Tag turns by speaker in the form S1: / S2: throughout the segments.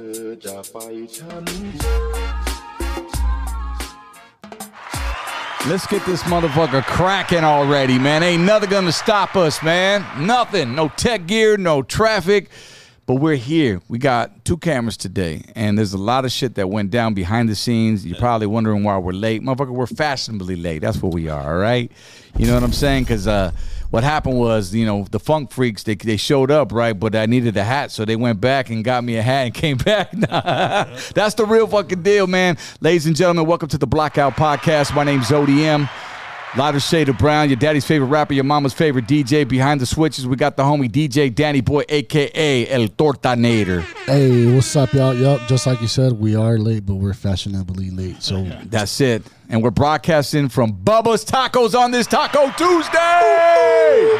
S1: อยช้ำ
S2: Let's get this motherfucker cracking already, man. Ain't nothing gonna stop us, man. Nothing. No tech gear, no traffic. But we're here. We got two cameras today, and there's a lot of shit that went down behind the scenes. You're probably wondering why we're late. Motherfucker, we're fashionably late. That's what we are, all right? You know what I'm saying? Because uh, what happened was, you know, the funk freaks, they, they showed up, right? But I needed a hat, so they went back and got me a hat and came back. That's the real fucking deal, man. Ladies and gentlemen, welcome to the Blackout Podcast. My name's ODM. Lighter shade of brown, your daddy's favorite rapper, your mama's favorite DJ. Behind the switches, we got the homie DJ Danny Boy, aka El Tortanator.
S3: Hey, what's up, y'all? Yup, just like you said, we are late, but we're fashionably late. So
S2: That's it. And we're broadcasting from Bubba's Tacos on this Taco Tuesday.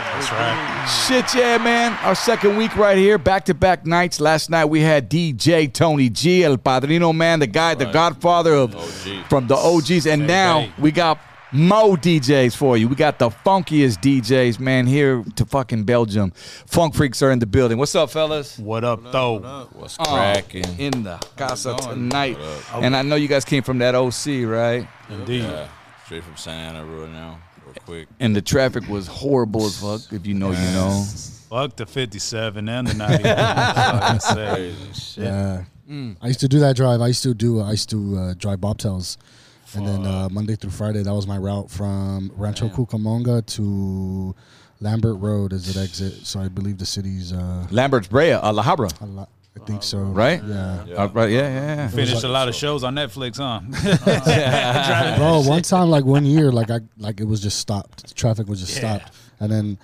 S4: That's right.
S2: Shit, yeah, man. Our second week right here, back to back nights. Last night we had DJ Tony G, El Padrino, man, the guy, the godfather of
S4: OG.
S2: from the OGs. And
S4: Same
S2: now
S4: day.
S2: we got Mo DJs for you. We got the funkiest DJs, man, here to fucking Belgium. Funk freaks are in the building. What's up, fellas?
S4: What up, though?
S5: What's
S2: Oh,
S5: cracking?
S2: in the casa tonight. And I know you guys came from that OC, right?
S4: Indeed.
S5: Yeah, straight from Santa Ana right now, real quick.
S2: And the traffic was horrible as fuck. If you know, you know.
S4: Fuck the 57 and the 91. Fucking say.
S3: yeah, I used to do that drive. I used to do. I used to uh, drive bobtails, and then uh, Monday through Friday, that was my route from Rancho Cucamonga to Lambert Road as an exit. So I believe the city's. Uh,
S2: Lambert's Brea, uh, La Habra,
S3: a lot, I think so.
S2: right?
S3: Yeah.
S2: Uh, right, yeah, yeah, yeah.
S4: Finished a lot of shows on Netflix, huh?
S3: Bro, one time, like one year, like I like it was just stopped. Traffic was just
S4: Yeah.
S3: stopped, and then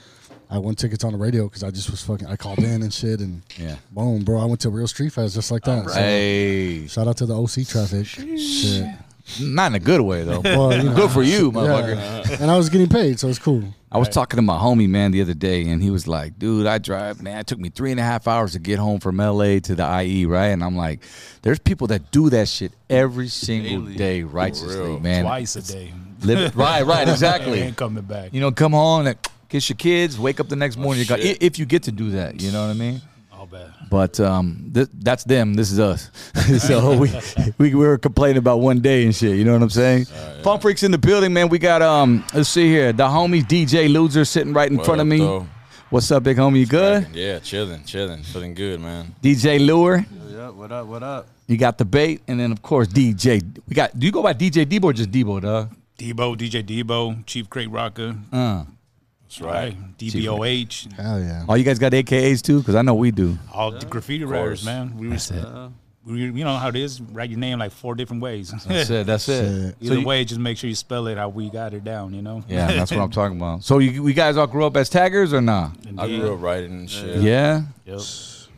S3: I won tickets on the radio because I just was fucking. I called in and shit, and
S2: Yeah.
S3: boom, bro, I went to Real Street Fest just like that. So,
S2: Hey,
S3: shout out to the OC traffic. Shit.
S2: not in a good way though.
S3: Well, you know.
S2: Good for you, motherfucker.
S3: Yeah. And I was getting paid, so it's cool.
S2: I was talking to my homie man the other day, and he was like, "Dude, I drive, man. It took me three and a half hours to get home from LA to the IE, right?" And I'm like, "There's people that do that shit every single
S5: Daily.
S2: day,
S5: For
S2: righteously,
S5: real.
S2: man.
S4: Twice a day.
S2: Live- right, right,
S4: They
S2: exactly.
S4: ain't coming back.
S2: You know, come home and kiss your kids, wake up the next morning. you got,
S5: shit.
S2: if you get to do that, you know what I mean."
S4: All bad.
S2: But um, th- that's them. This is us. so we, we we were complaining about one day and shit. You know what I'm saying? Fun freaks in the building, man. We got um. Let's see here. The homie DJ Loser sitting right in
S5: What
S2: front of
S5: up,
S2: me. Uh.
S5: though?
S2: What's up, big homie? You good?
S5: Yeah, chilling, chilling, feeling good, man.
S2: DJ Lure.
S6: What up? What up? What up?
S2: You got the bait, and then of course DJ. We got. Do you go by DJ Debo or just Debo, dog?
S4: Debo, DJ Debo, Chief Crate Rocker.
S2: Uh.
S5: That's
S4: Right. DBOH.
S3: Hell yeah.
S2: Oh, you guys got AKAs too? Cause I know we do.
S4: All the graffiti writers, man. We were we, you know how it is. Write your name like four different ways.
S2: That's it. That's it. So
S3: Shit.
S4: Either
S2: you-
S4: way, just make sure you spell it how we got it down. You know.
S2: yeah, that's what I'm talking about. So you, you guys all grew up as taggers or nah?
S5: I grew up writing and shit.
S2: Yeah.
S4: Yep.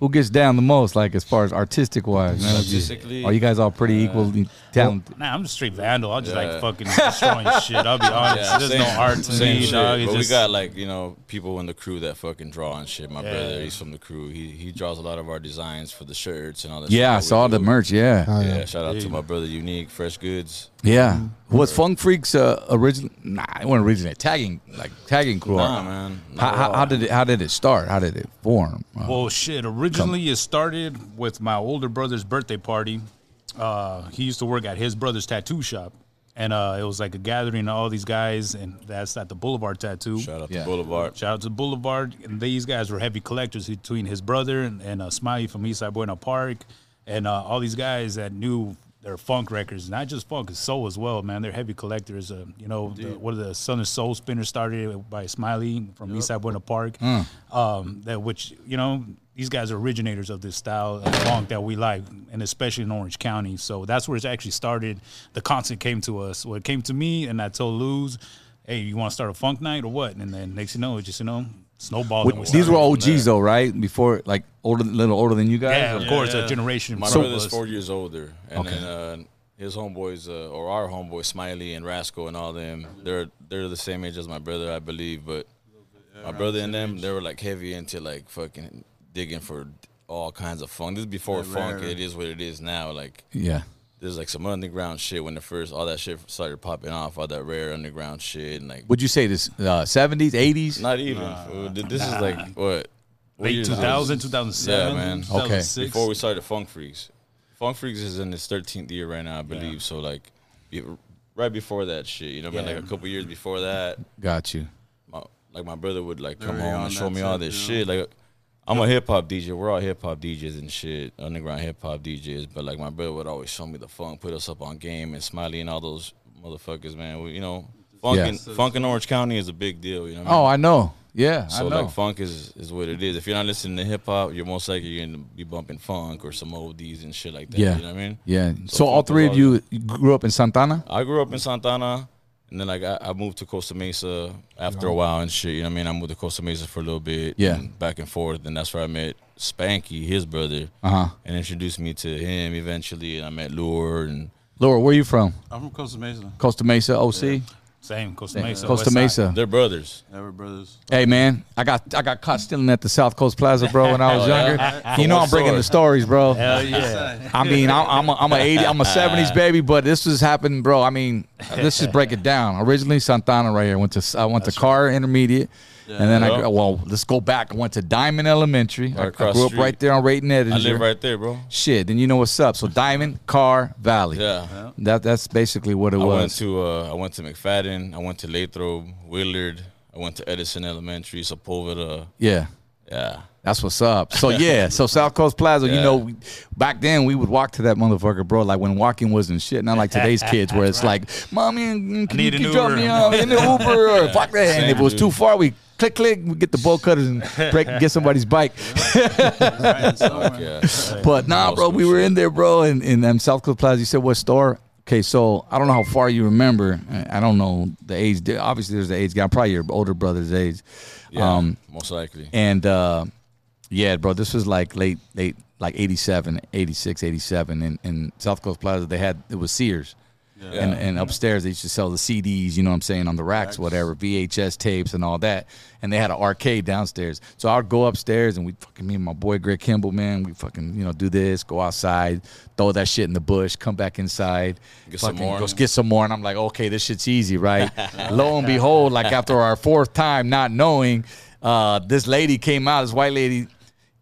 S2: Who gets down the most, like as far as artistic wise? man?
S5: Artistically,
S2: Are you guys all pretty
S5: Uh,
S2: equally talented?
S4: Nah, I'm just straight vandal. I just
S5: Yeah.
S4: like fucking destroying shit. I'll be honest.
S5: yeah,
S4: There's
S5: same-
S4: no art to
S5: same
S4: me,
S5: shit.
S4: dog. It's
S5: But we
S4: just-
S5: got like you know people in the crew that fucking draw and shit. My
S4: Yeah.
S5: brother, he's from the crew. He he draws a lot of our designs for the shirts and all that. shit
S2: Yeah, I
S5: that we
S2: saw the
S5: do.
S2: merch. Yeah,
S3: Hell yeah.
S5: Yeah, shout out to my brother Unique Fresh Goods.
S2: yeah. Was Funk Freaks uh, original? Nah, it wasn't original. Tagging, like tagging crew.
S5: Nah, man.
S2: How,
S5: not at
S2: how,
S5: all.
S2: how did it? How did it start? How did it form? Uh,
S5: Uh-huh.
S4: Well, shit. Originally, it started with my older brother's birthday party. Uh, he used to work at his brother's tattoo shop, and uh, it was like a gathering of all these guys, and that's at the Boulevard Tattoo.
S5: Shout out
S2: Yeah.
S5: to Boulevard.
S4: Shout out to Boulevard. And these guys were heavy collectors between his brother and, and uh, Smiley from Eastside Buena Park and uh, all these guys that knew their funk records, not just funk, it's soul as well, man. They're heavy collectors. Uh, you know, the, what are the Southern Soul Spinners started by Smiley from Eastside Buena Park, um, that which, you know, these guys are originators of this style of funk that we like, and especially in Orange County. So that's where it actually started. The concert came to us. Well, it came to me, and I told Luz, hey, you want to start a funk night or what? And then next thing you know, it's just, you know, snowballed. and we
S2: Wh- these
S4: started
S2: were
S4: from there.
S2: OGs though, right? Before, like older, little older than you guys.
S4: Yeah, of
S2: Or-
S4: course, a generation.
S5: My
S4: So-
S5: brother's four years older, and
S2: Okay.
S5: then uh, his homeboys uh, or our homeboy Smiley and Rascal and all them, they're they're the same age as my brother, I believe. But my brother and them, they were like heavy into like fucking digging for all kinds of funk. This is before funk. It is what it is now. Like
S2: Yeah.
S5: there's like some underground shit when the first all that shit started popping off, all that rare underground shit, and like
S2: Would you say this uh, seventies, eighties?
S5: not even. fool. Th- this is like what. what
S4: late
S5: years is this?
S4: 2000, 2007.
S5: Yeah, man.
S2: Okay.
S4: 2006.
S5: Before we started Funk Freaks. Funk Freaks is in its 13th year right now, I believe. So like, it- right before that shit, you know, what I mean,
S2: Yeah.
S5: like a couple years before that,
S2: Got you.
S5: my, like my brother would like come
S1: Very
S5: home
S1: on
S5: and show
S1: that
S5: me all
S1: tip,
S5: this
S1: you
S5: shit. Like I'm a hip hop DJ. We're all hip hop DJs and shit, underground hip hop DJs. But like my brother would always show me the funk, put us up on game and Smiley and all those motherfuckers, man. We, you know, funk
S2: Yeah.
S5: in funk in Orange County is a big deal. You know. What I
S2: Oh,
S5: mean?
S2: I know. Yeah,
S5: So
S2: I know.
S5: like funk is is what it is. If you're not listening to hip hop, you're most likely you're gonna be bumping funk or some oldies and shit like that.
S2: yeah.
S5: You know what I mean?
S2: Yeah. So,
S5: So
S2: all
S5: funk was
S2: three of
S5: always-
S2: you grew up in Santana?
S5: I grew up in Santana, and then like I, I moved to Costa Mesa after a while and shit. You know what I mean? I moved to Costa Mesa for a little bit,
S2: Yeah.
S5: and back and forth, and that's where I met Spanky, his brother,
S2: Uh huh.
S5: and introduced me to him eventually. And I met Lure, and
S2: Laura, where you from?
S1: I'm from Costa Mesa.
S2: Costa Mesa, OC?
S4: Same Costa Mesa.
S2: Costa
S4: West Side.
S2: Mesa.
S5: they're brothers.
S1: Yeah, we're brothers.
S2: Hey man, I got I got caught stealing at the South Coast Plaza, bro, when I was
S5: Oh, yeah?
S2: younger. You know I'm bringing the stories, bro.
S4: Hell yeah.
S2: I mean, I'm, I'm a, I'm a 80, I'm a 70s baby, but this was happening, bro. I mean, let's just break it down. Originally Santana right here. Went to I went to Carr Intermediate, and then I
S5: Yeah.
S2: gr- well, let's go back. I went to Diamond Elementary. I, I
S5: Right across
S2: grew up
S5: street.
S2: right there on Rayton Edinger.
S5: I live right there, bro.
S2: Shit, then you know what's up. So Diamond, Carr, Valley.
S5: Yeah.
S2: That that's basically what it
S5: I went
S2: was.
S5: to uh, I went to McFadden, I went to Lathrow, Willard, I went to Edison Elementary, Sepulveda.
S2: yeah.
S5: Yeah.
S2: That's what's up. So yeah, so South Coast Plaza, you
S5: Yeah.
S2: know, we, back then we would walk to that motherfucker, bro. Like when walking wasn't shit, not like today's kids where it's like, mommy, mm, can, you,
S4: need
S2: can
S4: an
S2: you drop
S4: Uber."
S2: me off in the Uber or fuck that. and
S5: same,
S2: if it was
S5: dude.
S2: too far, we click click, we get the bolt cutters and break get somebody's bike.
S1: Right, somewhere.
S5: Yeah.
S2: but nah,
S5: Old
S2: bro,
S5: school
S2: we were
S5: shit.
S2: in there, bro, in, in um, South Coast Plaza. You said what store? Okay, so I don't know how far you remember. I I don't know the age. di- Obviously, there's the age gap. Probably your older brother's age. Um,
S5: yeah most likely.
S2: And uh, yeah, bro, this was like late, late, like 87, 86, 87. And in South Coast Plaza, they had, it was Sears. And, and upstairs, they used to sell the CDs, you know what I'm saying, on the racks, whatever, VHS tapes and all that. And they had an arcade downstairs. So I would go upstairs and we fucking, me and my boy Greg Kimball, man, we fucking, you know, do this, go outside, throw that shit in the bush, come back inside,
S5: Get some
S2: fucking
S5: more.
S2: go get some more. And I'm like, okay, this shit's easy, right? Lo and behold, like after our fourth time not knowing, uh, this lady came out, this white lady,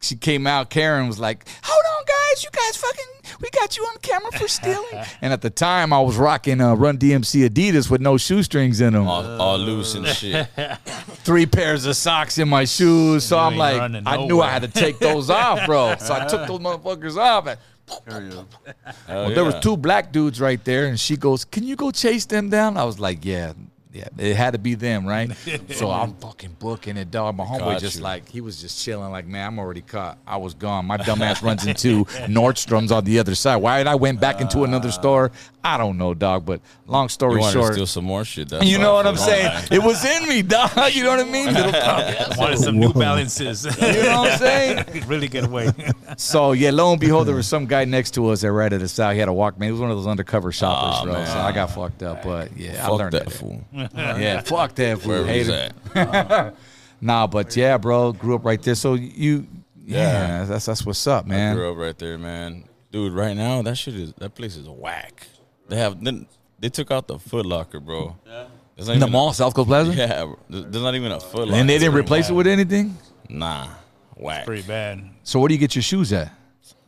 S2: she came out, Karen was like, hold on, guys, you guys fucking, we got you on camera for stealing. and at the time, I was rocking uh, Run DMC Adidas with no shoestrings in
S4: Oh.
S2: them,
S5: all, all loose and shit.
S2: three pairs of socks in my shoes. So
S4: You
S2: I'm
S4: ain't
S2: like,
S4: running
S2: I knew I
S4: nowhere.
S2: had to take those off, bro. So I took those motherfuckers off. And,
S1: There you go.
S5: Hell
S2: Well, there was
S5: Oh, yeah.
S2: two black dudes right there, and she goes, "Can you go chase them down?" I was like, "Yeah, yeah, it had to be them, right?" so I'm fucking booking it, dog. My homeboy
S5: Got
S2: just
S5: you.
S2: like he was just chilling, like, "Man, I'm already caught. I was gone. My dumbass runs into Nordstrom's on the other side. Why did I went back into another store? I don't know, dog. But long
S5: Ah. You
S2: story
S5: wanted to
S2: short,
S5: steal some more shit. That's
S2: you
S5: why
S2: know
S5: I
S2: what I'm
S5: was
S2: saying?
S5: like,
S2: It was in me, dog. You know what I mean? Little punk.
S4: Wanted some New Balances.
S2: You know what I'm saying?
S4: really good way.
S2: So yeah, lo and behold, there was some guy next to us that ratted us out. He had a Walkman. He was one of those undercover shoppers,
S5: Aw,
S2: bro.
S5: Oh, man.
S2: So I got fucked up, but yeah, I
S5: Fuck
S2: learned
S5: that
S2: that.
S5: fool.
S2: Yeah, fuck that fool.
S5: Where
S2: Hate
S5: was
S2: him.
S5: that?
S2: Nah, but yeah, bro, grew up right there. So you, yeah, that's that's what's up,
S5: I
S2: man.
S5: grew up right there, man. Dude, right now that shit is that place is whack. They have then they took out the Foot Locker, bro. Yeah.
S2: In the mall, South Coast Plaza,
S5: Yeah, bro. There- there's not even a Foot Locker.
S2: and they didn't replace it with anything.
S5: Nah, whack.
S4: Pretty bad.
S2: So where do you get your shoes at?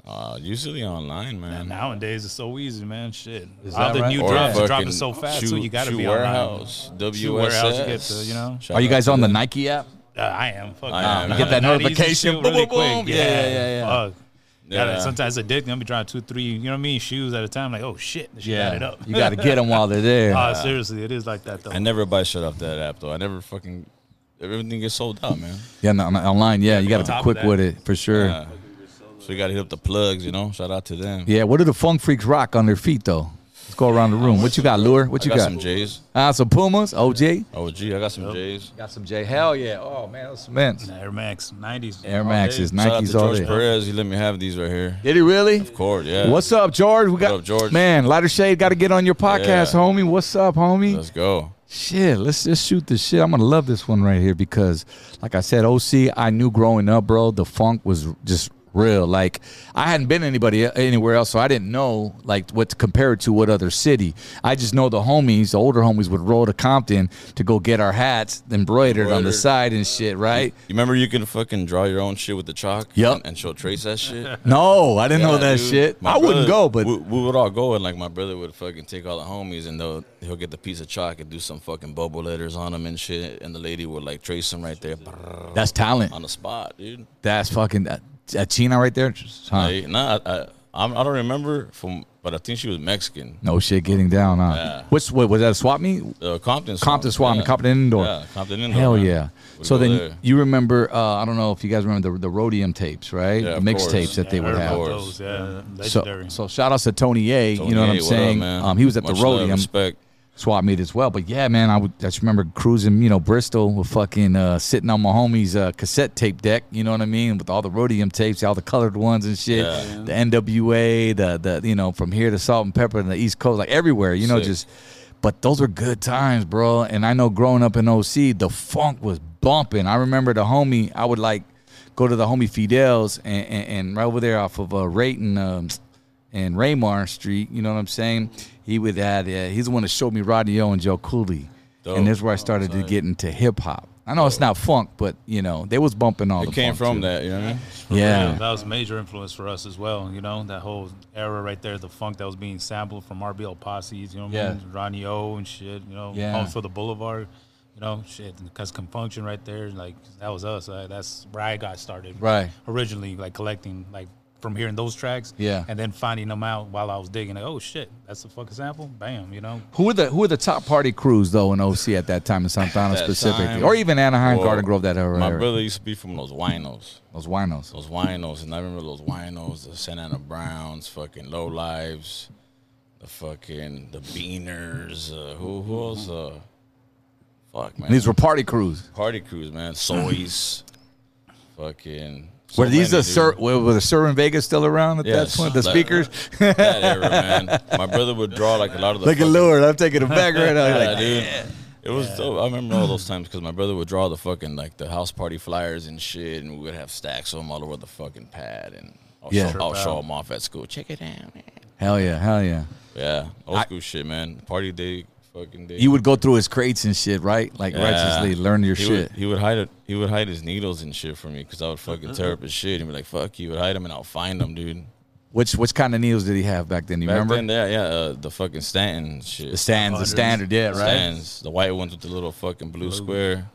S5: Uh, usually online, man.
S4: Nowadays, it's so easy, man. Shit.
S1: Is
S4: All
S1: that
S4: the
S1: right?
S4: new
S5: Or
S4: drops are dropping
S5: fucking
S4: so fast,
S5: shoe-
S4: so you got to
S5: shoe
S4: be
S5: warehouse, WSS.
S4: Shoe warehouse, you get to, you know?
S5: Shout
S2: Are you
S5: out
S2: guys
S5: to
S2: on the
S5: them.
S2: Nike app?
S4: online. Uh, I am. Fuck.
S5: I
S4: yeah.
S5: am.
S4: I'm
S5: Get
S4: on
S2: that
S4: the 90s and
S2: notification.
S4: shit
S2: Boom,
S4: really
S2: boom, boom.
S4: quick.
S2: Yeah, yeah, yeah, yeah.
S4: Fuck. Yeah.
S5: Yeah.
S4: sometimes addicting. I'll be trying two, three, you know what I mean? Shoes at a time. Like, oh shit, this shit added up.
S2: you got to get them while they're there.
S4: Uh, seriously, it is like that though.
S5: I never buy shit off that app though. I never fucking everything gets sold out, man.
S2: yeah, no, no, online. Yeah, you got to
S4: top
S2: be quick
S4: of that.
S2: with it for sure.
S5: Yeah. So you gotta hit up the plugs, you know. Shout out to them.
S2: Yeah, what do the funk freaks rock on their feet though? Let's go around the room. What you got, Lure? What
S5: Um, I
S2: you
S5: got,
S2: got?
S5: some J's.
S2: Ah, some Pumas, OJ.
S5: Oh, gee, I got some J's.
S2: Got some J. Hell yeah. Oh man, those cements.
S4: Air Max 90s.
S2: Air Maxes,
S5: Shout out to
S2: Nikes, all
S5: George
S2: that.
S5: Perez. He let me have these right here.
S2: Did he really?
S5: Of course, yeah.
S2: What's up, George? We got
S5: up, George?
S2: man. Lighter shade. Got to get on your podcast,
S5: Yeah.
S2: homie. What's up, homie?
S5: Let's go.
S2: Shit, let's just shoot this shit. I'm gonna love this one right here because, like I said, OC, I knew growing up, bro, the funk was just real. Like I hadn't been anybody anywhere else, so I didn't know like what to compare it to what other city. I just know the homies, the older homies, would roll to Compton to go get our hats embroidered, on the
S5: Embroidered.
S2: side and shit. Right?
S5: You remember you can fucking draw your own shit with the chalk?
S2: Yup.
S5: And, and she'll trace that shit?
S2: No, I didn't know that
S5: dude.
S2: shit.
S5: My
S2: I wouldn't
S5: brother-
S2: go, but
S5: we, we would all go, and like my brother would fucking take all the homies, and they'll he'll get the piece of chalk and do some fucking bubble letters on them and shit, and the lady would like trace them right there brrr,
S2: that's talent.
S5: on the spot, dude.
S2: That's fucking that, that Chino right there. Just, huh?
S5: Like, nah, I, I I'm- I don't remember from, but I think she was Mexican.
S2: No shit, getting down. Huh?
S5: Yeah.
S2: What's what was that? A swap meet?
S5: Uh, Compton, swap.
S2: Compton swap meet,
S5: Yeah.
S2: Compton indoor.
S5: Yeah, Compton indoor.
S2: Hell
S5: man.
S2: yeah!
S5: We
S2: So
S5: go
S2: then
S5: there.
S2: you remember? Uh, I don't know if you guys remember the the Rhodium tapes, right?
S5: Yeah,
S2: The
S5: of
S2: Mixtapes
S5: course.
S2: that they
S5: Yeah,
S2: would
S5: of
S2: have.
S5: course.
S4: Those, yeah,
S2: So,
S4: legendary.
S2: so shout outs to Tony A. you know what
S5: Tony
S2: I'm
S5: A, up,
S2: saying?
S5: man?
S2: um, he was at the
S5: Much love,
S2: Rhodium
S5: respect.
S2: swap meet as well. But yeah, man, I would I just remember cruising, you know, Bristol with fucking uh, sitting on my homie's uh, cassette tape deck. You know what I mean? With all the Rhodium tapes, all the colored ones and shit.
S5: Yeah.
S2: The NWA, the the you know from here to Salt and Pepper and the East Coast, like everywhere. You know,
S5: Sick.
S2: just. But those were good times, bro. And I know growing up in OC, the funk was bumping. I remember the homie. I would like go to the homie Fidel's and, and, and right over there off of uh, Rayton um, and Raymar Street. You know what I'm saying? He would had uh, he's the one that showed me Rodney O and Joe Cooley,
S5: Dope.
S2: and that's where I started to get into hip hop. I know it's not funk, but you know they was bumping all
S5: It
S2: the
S5: came
S2: funk,
S5: from
S2: too.
S5: that, you know what I mean?
S2: Yeah.
S4: that was a major influence for us as well. You know, that whole era right there, the funk that was being sampled from RBL posse's, you know, what I
S2: Yeah.
S4: mean? Ronnie O and shit, you know,
S2: Yeah.
S4: also the Boulevard, you know, shit, because Confunction right there, like that was us. Uh, that's where I got started,
S2: Right.
S4: Originally, like collecting, like from hearing those tracks,
S2: Yeah.
S4: and then finding them out while I was digging. Like, oh shit, that's the fucking sample. Bam, you know,
S2: Who were the who were the top party crews though in OC at that time in Santana
S5: That
S2: specifically,
S5: time,
S2: or even Anaheim,
S5: well,
S2: Garden Grove, that era?
S5: My brother used to be from Los Winos.
S2: those winos.
S5: Los Winos, and I remember Los Winos, the Santa Ana Browns, fucking Low Lives, the fucking the Beaners. Uh, who who else? Uh, fuck man,
S2: These were party crews.
S5: party crews, man. Soys, fucking. so
S2: Were these
S5: many,
S2: the Sir?
S5: dude.
S2: Were, were the Sir in Vegas still around at
S5: Yes.
S2: that point? The
S5: That-
S2: speakers.
S5: that era, man. My brother would draw like a lot of the.
S2: Look at
S5: fucking-
S2: Lord. I'm taking it back right now. Like,
S5: Yeah, dude. It was dope. I remember all those times because my brother would draw the fucking like the house party flyers and shit, and we would have stacks of them all over the fucking pad, and I'll,
S2: Yeah.
S5: show, I'll show them off at school. Check it out, man.
S2: Hell yeah! Hell yeah!
S5: Yeah, old
S2: I-
S5: school shit, man. Party day, fucking day.
S2: You would go through his crates and shit, right? Like
S5: Yeah.
S2: righteously learn your
S5: he
S2: shit.
S5: Would, he would hide it. He would hide his needles and shit for me because I would fucking tear up his shit and be like, "Fuck you!" Would hide them and I'll find them, dude.
S2: Which which kind of needles did he have back then? You
S5: Back
S2: remember
S5: then, yeah, yeah, uh, the fucking Stanton shit.
S2: the stands, the
S4: Hundreds.
S2: standard, yeah, right?
S5: Stantons, the white ones with the little fucking blue square,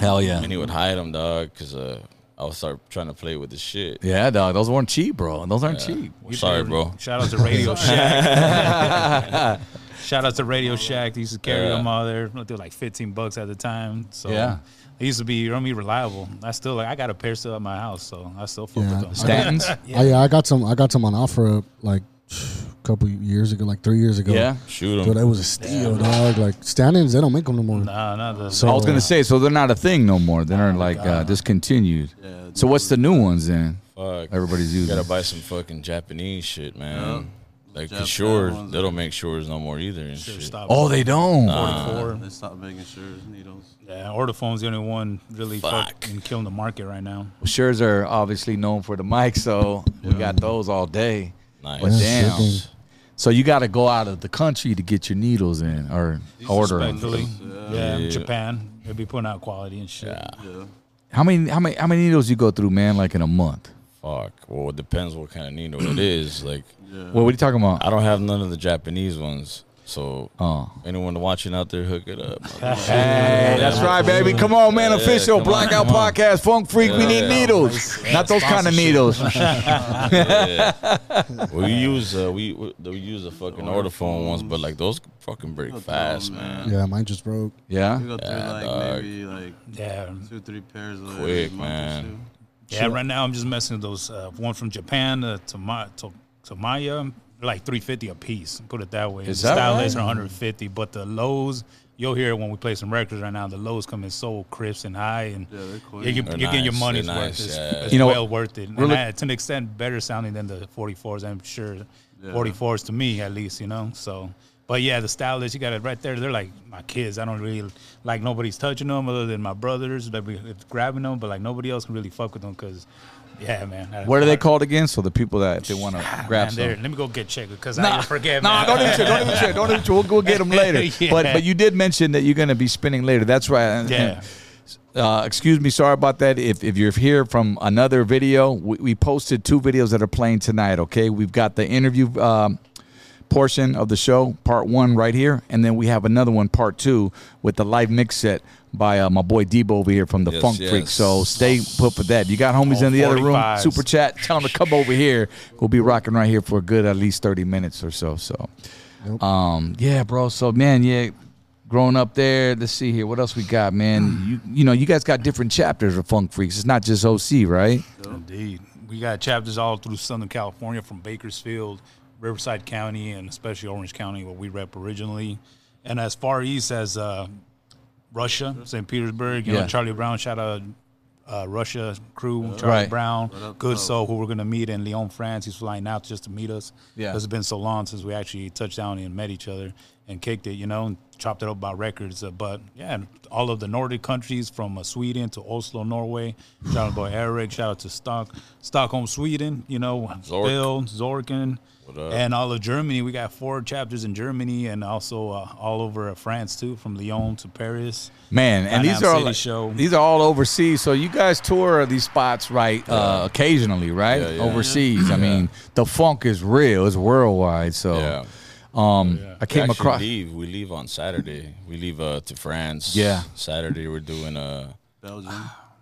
S2: Hell yeah,
S5: and he would hide them, dog, because uh, I would start trying to play with the shit.
S2: yeah, dog. Those weren't cheap, bro. Those aren't cheap.
S4: You
S5: Sorry,
S4: should-
S5: bro.
S4: Shout out to Radio Shack. Shout out to Radio Shack. They used to carry
S5: Yeah.
S4: them all there. They were like 15 bucks at the time. So
S2: Yeah.
S4: they used to be, you know, me reliable. I still like, I got a pair still at my house, so I still fuck
S3: Yeah.
S4: with them.
S2: Stantons.
S3: Oh, yeah, I got some. I got some on offer up like a couple years ago, like three years ago.
S2: Yeah.
S5: Shoot
S3: dude,
S5: them.
S3: that was a steal, dog. Like stand-ins, they don't make them no more.
S4: Nah, nah, the,
S3: So-
S2: I was gonna say, so they're not a thing no more. They're like uh, discontinued.
S1: Yeah,
S2: So what's the new ones then?
S5: Fuck.
S2: Everybody's
S5: You
S2: using.
S5: gotta buy some fucking Japanese shit, man. Like the
S1: Jap-
S5: shores,
S1: ones.
S5: they don't make shores no more either. And
S4: shit
S5: shit.
S4: stopped.
S2: Oh, they don't.
S4: 44.
S1: They stopped making sure needles.
S4: yeah, order phone's the only one really
S5: Fuck.
S4: fucking killing the market right now.
S2: Shirts are obviously known for the mic, so we got those all day.
S5: Nice.
S2: But
S3: Yeah,
S2: damn.
S3: sure thing.
S2: So you got to go out of the country to get your needles in or order 'em.
S4: Respectfully.
S1: Yeah.
S4: Yeah,
S5: Yeah.
S4: Japan. They'd be putting out quality and shit.
S5: Yeah.
S1: Yeah.
S2: How many how many how many needles you go through, man? Like in a month?
S5: Fuck. Well, it depends what kind of needle it is. Like,
S2: Well, what are you talking about?
S5: I don't have none of the Japanese ones. So,
S2: Oh.
S5: anyone watching out there, hook it up.
S2: Hey, that's right, baby. Come on, man.
S5: Yeah,
S2: Official
S5: come on,
S2: Blackout
S5: come on.
S2: Podcast, Funk Freak. we
S5: Yeah,
S2: need
S5: yeah.
S2: needles, not those kind of needles.
S5: we use uh, we we we use the fucking order phone ones, but like those fucking break fast, man.
S3: Yeah, mine just broke.
S1: We
S2: yeah,
S1: go through like
S5: dog.
S1: maybe like
S4: Yeah.
S1: two, three pairs of
S5: Quick, man.
S4: Yeah, right now I'm just messing with those uh, one from Japan uh, to my to, to Maya, like 350 a piece. Put it that way.
S2: Is
S4: the
S2: that
S4: style
S2: right?
S4: lists are 150, but the lows you'll hear it when we play some records right now. The lows come in so crisp and high, and
S1: Yeah, they're quick.
S4: you're, you're
S5: They're
S4: getting your
S5: nice,
S4: money's
S5: they're
S4: worth.
S5: nice,
S4: It's,
S5: yeah.
S4: it's
S2: You know,
S4: well worth it,
S2: really-
S4: and uh, to an extent better sounding than the 44s. I'm sure 44s to me at least, you know. So. But yeah, the stylist, you got it right there. They're like my kids. I don't really like nobody's touching them other than my brothers that we it's grabbing them, but like nobody else can really fuck with them because, yeah, man. I-
S2: What are they
S4: I-
S2: called again? So the people that if they want
S5: Ah,
S2: to grab
S4: Man, there,
S2: some.
S4: let me go get checked because I
S2: Nah,
S4: just forget.
S2: nah,
S4: man.
S2: don't even check, don't even check, don't even check. We'll, we'll get them later.
S4: Yeah.
S2: But but you did mention that you're going to be spinning later. That's right. And- and,
S4: Yeah.
S2: uh, excuse me, sorry about that. If, if you're here from another video, we, we posted two videos that are playing tonight. Okay, we've got the interview um, portion of the show, part one, right here, and then we have another one, part two, with the live mix set by uh, my boy Debo over here from the
S5: Yes,
S2: Funk Freak.
S5: yes.
S2: So stay put for that. You got homies in the other room,
S4: 45s.
S2: super chat. Tell them to come over here. We'll be rocking right here for a good at least thirty minutes or so. So, um, yeah, bro. So man, yeah, growing up there. Let's see here. What else we got, man? You you know you guys got different chapters of Funk Freaks. It's not just OC, right?
S4: Indeed. We got chapters all through Southern California from Bakersfield, Riverside County, and especially Orange County, where we rep originally. And as far east as uh, Russia, St. Petersburg, you
S2: Yeah.
S4: know, Charlie Brown, shout out uh, Russia crew, Charlie
S2: Right.
S4: Brown,
S1: Right up
S5: Oh.
S4: Good
S1: top.
S4: Soul, who we're going to meet, and Leon France, who's flying out just to meet us.
S2: Yeah.
S4: It's been so long since we actually touched down and met each other and kicked it, you know, and chopped it up about records. Uh, but yeah, and all of the Nordic countries from uh, Sweden to Oslo, Norway. Shout out to boy Eric. Shout out to Stock, Stockholm, Sweden, you know,
S5: Zork.
S4: Bill, Zorkin.
S5: What up?
S4: And all of Germany, we got four chapters in Germany, and also uh, all over uh, France too, from Lyon to Paris.
S2: Man, and these
S4: Goddamn
S2: are
S4: City
S2: like-
S4: Show.
S2: these are all overseas. So you guys tour these spots right uh, occasionally, right?
S5: Yeah, yeah.
S2: Overseas. I mean, the funk is real. It's worldwide. So
S5: Yeah.
S2: um, I
S5: We
S2: came
S5: actually
S2: across.
S5: Leave. We leave on Saturday. We leave uh, to France.
S2: Yeah.
S5: Saturday we're doing a,
S1: Belgium.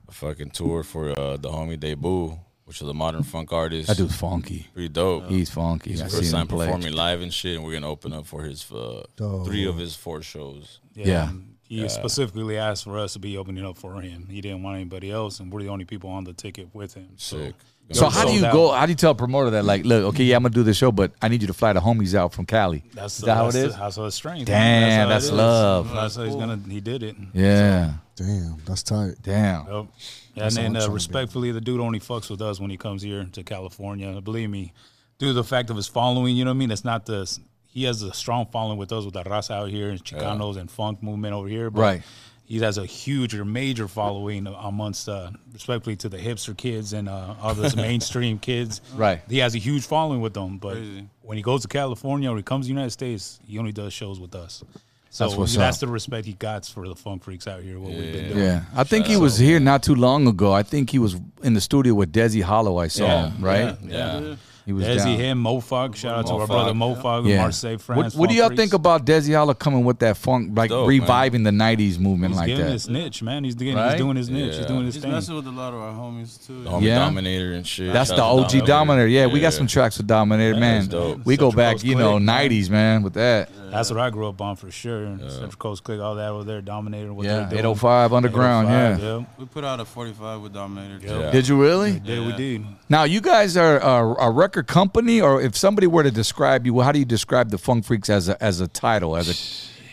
S5: a fucking tour for uh, the homie Debut, which is a modern funk artist.
S2: That dude's funky.
S5: pretty dope.
S2: He's funky. I
S5: First
S2: seen him
S5: time
S2: play.
S5: performing live and shit, and we're gonna open up for his uh,
S3: Dope.
S5: three of his four shows.
S2: Yeah.
S4: He specifically asked for us to be opening up for him. He didn't want anybody else, and we're the only people on the ticket with him. So
S5: Sick.
S2: So how do you
S4: sold out.
S2: go? How do you tell a promoter that like, look, okay, yeah, I'm gonna do the show, but I need you to fly the homies out from Cali.
S4: that's
S2: is that how it
S4: that's
S2: is?
S4: That's how it's strange.
S2: Damn,
S4: how it
S2: that's
S4: is.
S2: love.
S4: That's how he's gonna. He did it.
S2: yeah,
S3: Damn, that's tight.
S2: damn.
S4: Yep.
S3: That's all I'm
S4: and
S3: trying
S4: then
S3: to
S4: uh,
S3: be.
S4: respectfully, the dude only fucks with us when he comes here to California. Believe me, due to the fact of his following, you know what I mean. It's not the he has a strong following with us with the raza out here and Chicanos and funk movement over here, but
S2: Right.
S4: He has a huge or major following amongst, uh, respectfully, to the hipster kids and uh, all those mainstream kids.
S2: Right.
S4: He has a huge following with them, but
S1: Crazy.
S4: when he goes to California or he comes to the United States, he only does shows with us. So
S2: That's what's up.
S4: the respect he got for the funk freaks out here. What we've been doing.
S2: Yeah, I think he was here not too long ago. I think he was in the studio with Desi Hollow. I saw
S4: Yeah,
S2: him, right?
S5: Yeah.
S2: He was
S4: Desi,
S2: down.
S4: him, Mofog. Shout out to our
S5: Mofog.
S4: brother Mofog, yeah.
S2: Yeah.
S4: Marseille,
S2: What,
S4: France.
S2: what do
S4: Funk
S2: y'all
S4: Freaks.
S2: think about Desi Hollow coming with that funk, like
S5: Dope, man.
S2: reviving the '90s movement
S4: He's
S2: like
S4: getting
S2: that?
S4: his niche, man. He's, getting,
S2: Right?
S4: he's doing his niche. He's
S5: Yeah.
S4: doing his
S1: He's
S4: thing.
S1: messing with a lot of our homies too.
S5: The homie
S2: Yeah.
S5: Dominator and shit.
S2: That's
S5: Shout
S2: the
S5: out to
S2: OG Dominator. Yeah, we got some tracks with Dominator, man.
S5: is dope.
S2: We go
S4: Central
S2: back,
S4: Coast
S2: you know,
S4: Click, man.
S2: '90s, man, with that.
S4: That's what I grew up on for sure. Central Coast Click, all that over there, dominating what
S2: Yeah,
S4: they're doing.
S2: 805 Underground.
S4: 805,
S2: yeah.
S4: yep.
S1: We put out a 45 with Dominator. too.
S5: Yeah.
S2: Did you really?
S4: Yeah, we did.
S2: Now, you guys are a, a record company, or if somebody were to describe you, how do you describe the Funk Freaks as a as a title? As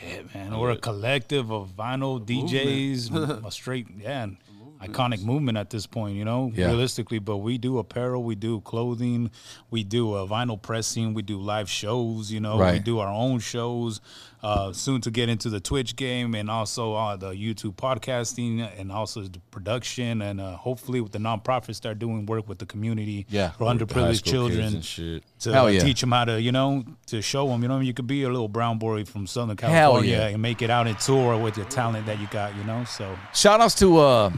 S2: a
S4: Yeah, man. We're a collective of vinyl DJs, a straight, yeah, and iconic movement at this point, you know,
S2: Yeah.
S4: realistically. But we do apparel, we do clothing, we do uh, vinyl pressing, we do live shows, you know, we
S2: Right.
S4: do our own shows. Uh, soon to get into the Twitch game and also uh, the YouTube podcasting and also the production. And uh, hopefully, with the nonprofit, start doing work with the community
S2: Yeah.
S4: for
S5: With the high
S4: underprivileged
S5: school kids
S4: children
S5: and shit.
S4: to
S2: Hell
S4: uh,
S2: yeah.
S4: teach them how to, you know, to show them, you know, you could be a little brown boy from Southern
S2: Hell
S4: California
S2: yeah.
S4: and make it out and tour with your talent that you got, you know. So
S2: shout outs to uh,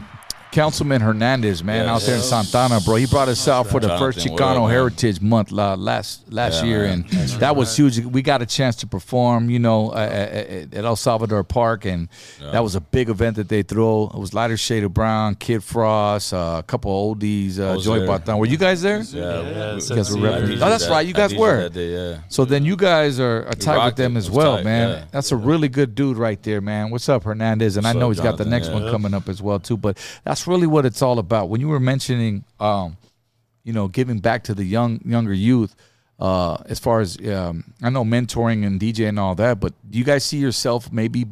S2: Councilman Hernandez, man,
S5: Yeah,
S2: out there in
S5: yeah.
S2: Santana, bro. He brought us out for the
S5: Jonathan,
S2: first
S5: what up,
S2: Chicano
S5: man?
S2: Heritage Month la- last last
S5: Yeah,
S2: year,
S5: man.
S2: and that was huge. We got a chance to perform, you know, uh, at, at El Salvador Park, and that was a big event that they threw. It was Lighter Shade of Brown, Kid Frost, uh, a couple oldies, uh,
S5: was
S2: Joy
S5: there.
S2: Barton. Were you guys there?
S5: Yeah, we-
S4: Yeah,
S5: we-
S4: so Because
S2: we're it's- representing- Oh, that's
S5: I
S2: right, you
S5: DJ'd
S2: guys
S5: that- I
S2: were.
S5: DJ'd That day, yeah.
S2: So then you guys are, are tied with
S5: rocked it.
S2: them
S5: It
S2: as
S5: was
S2: well,
S5: tight,
S2: man.
S5: yeah.
S2: That's a really good dude right there, man. What's up, Hernandez? And I
S5: What's
S2: know
S5: up,
S2: he's got the
S5: Jonathan?
S2: next
S5: Yeah.
S2: one coming up as well too. But that's really what it's all about. When you were mentioning, um, you know, giving back to the young younger youth, uh, as far as um, I know, mentoring and DJ and all that. But do you guys see yourself maybe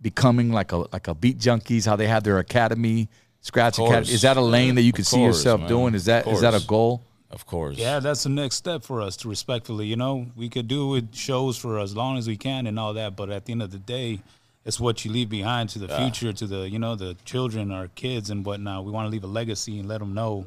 S2: becoming like a like a beat junkies? How they have their academy, scratch
S5: course.
S2: academy. Is that a lane that you could see
S5: course,
S2: yourself
S5: man.
S2: doing? Is that
S5: Of
S2: is that a
S5: course.
S2: goal?
S5: Of course.
S4: Yeah, that's the next step for us to respectfully, you know, we could do with shows for as long as we can and all that, but at the end of the day, it's what you leave behind to the future, to the you know the children, our kids and whatnot. We want to leave a legacy and let them know.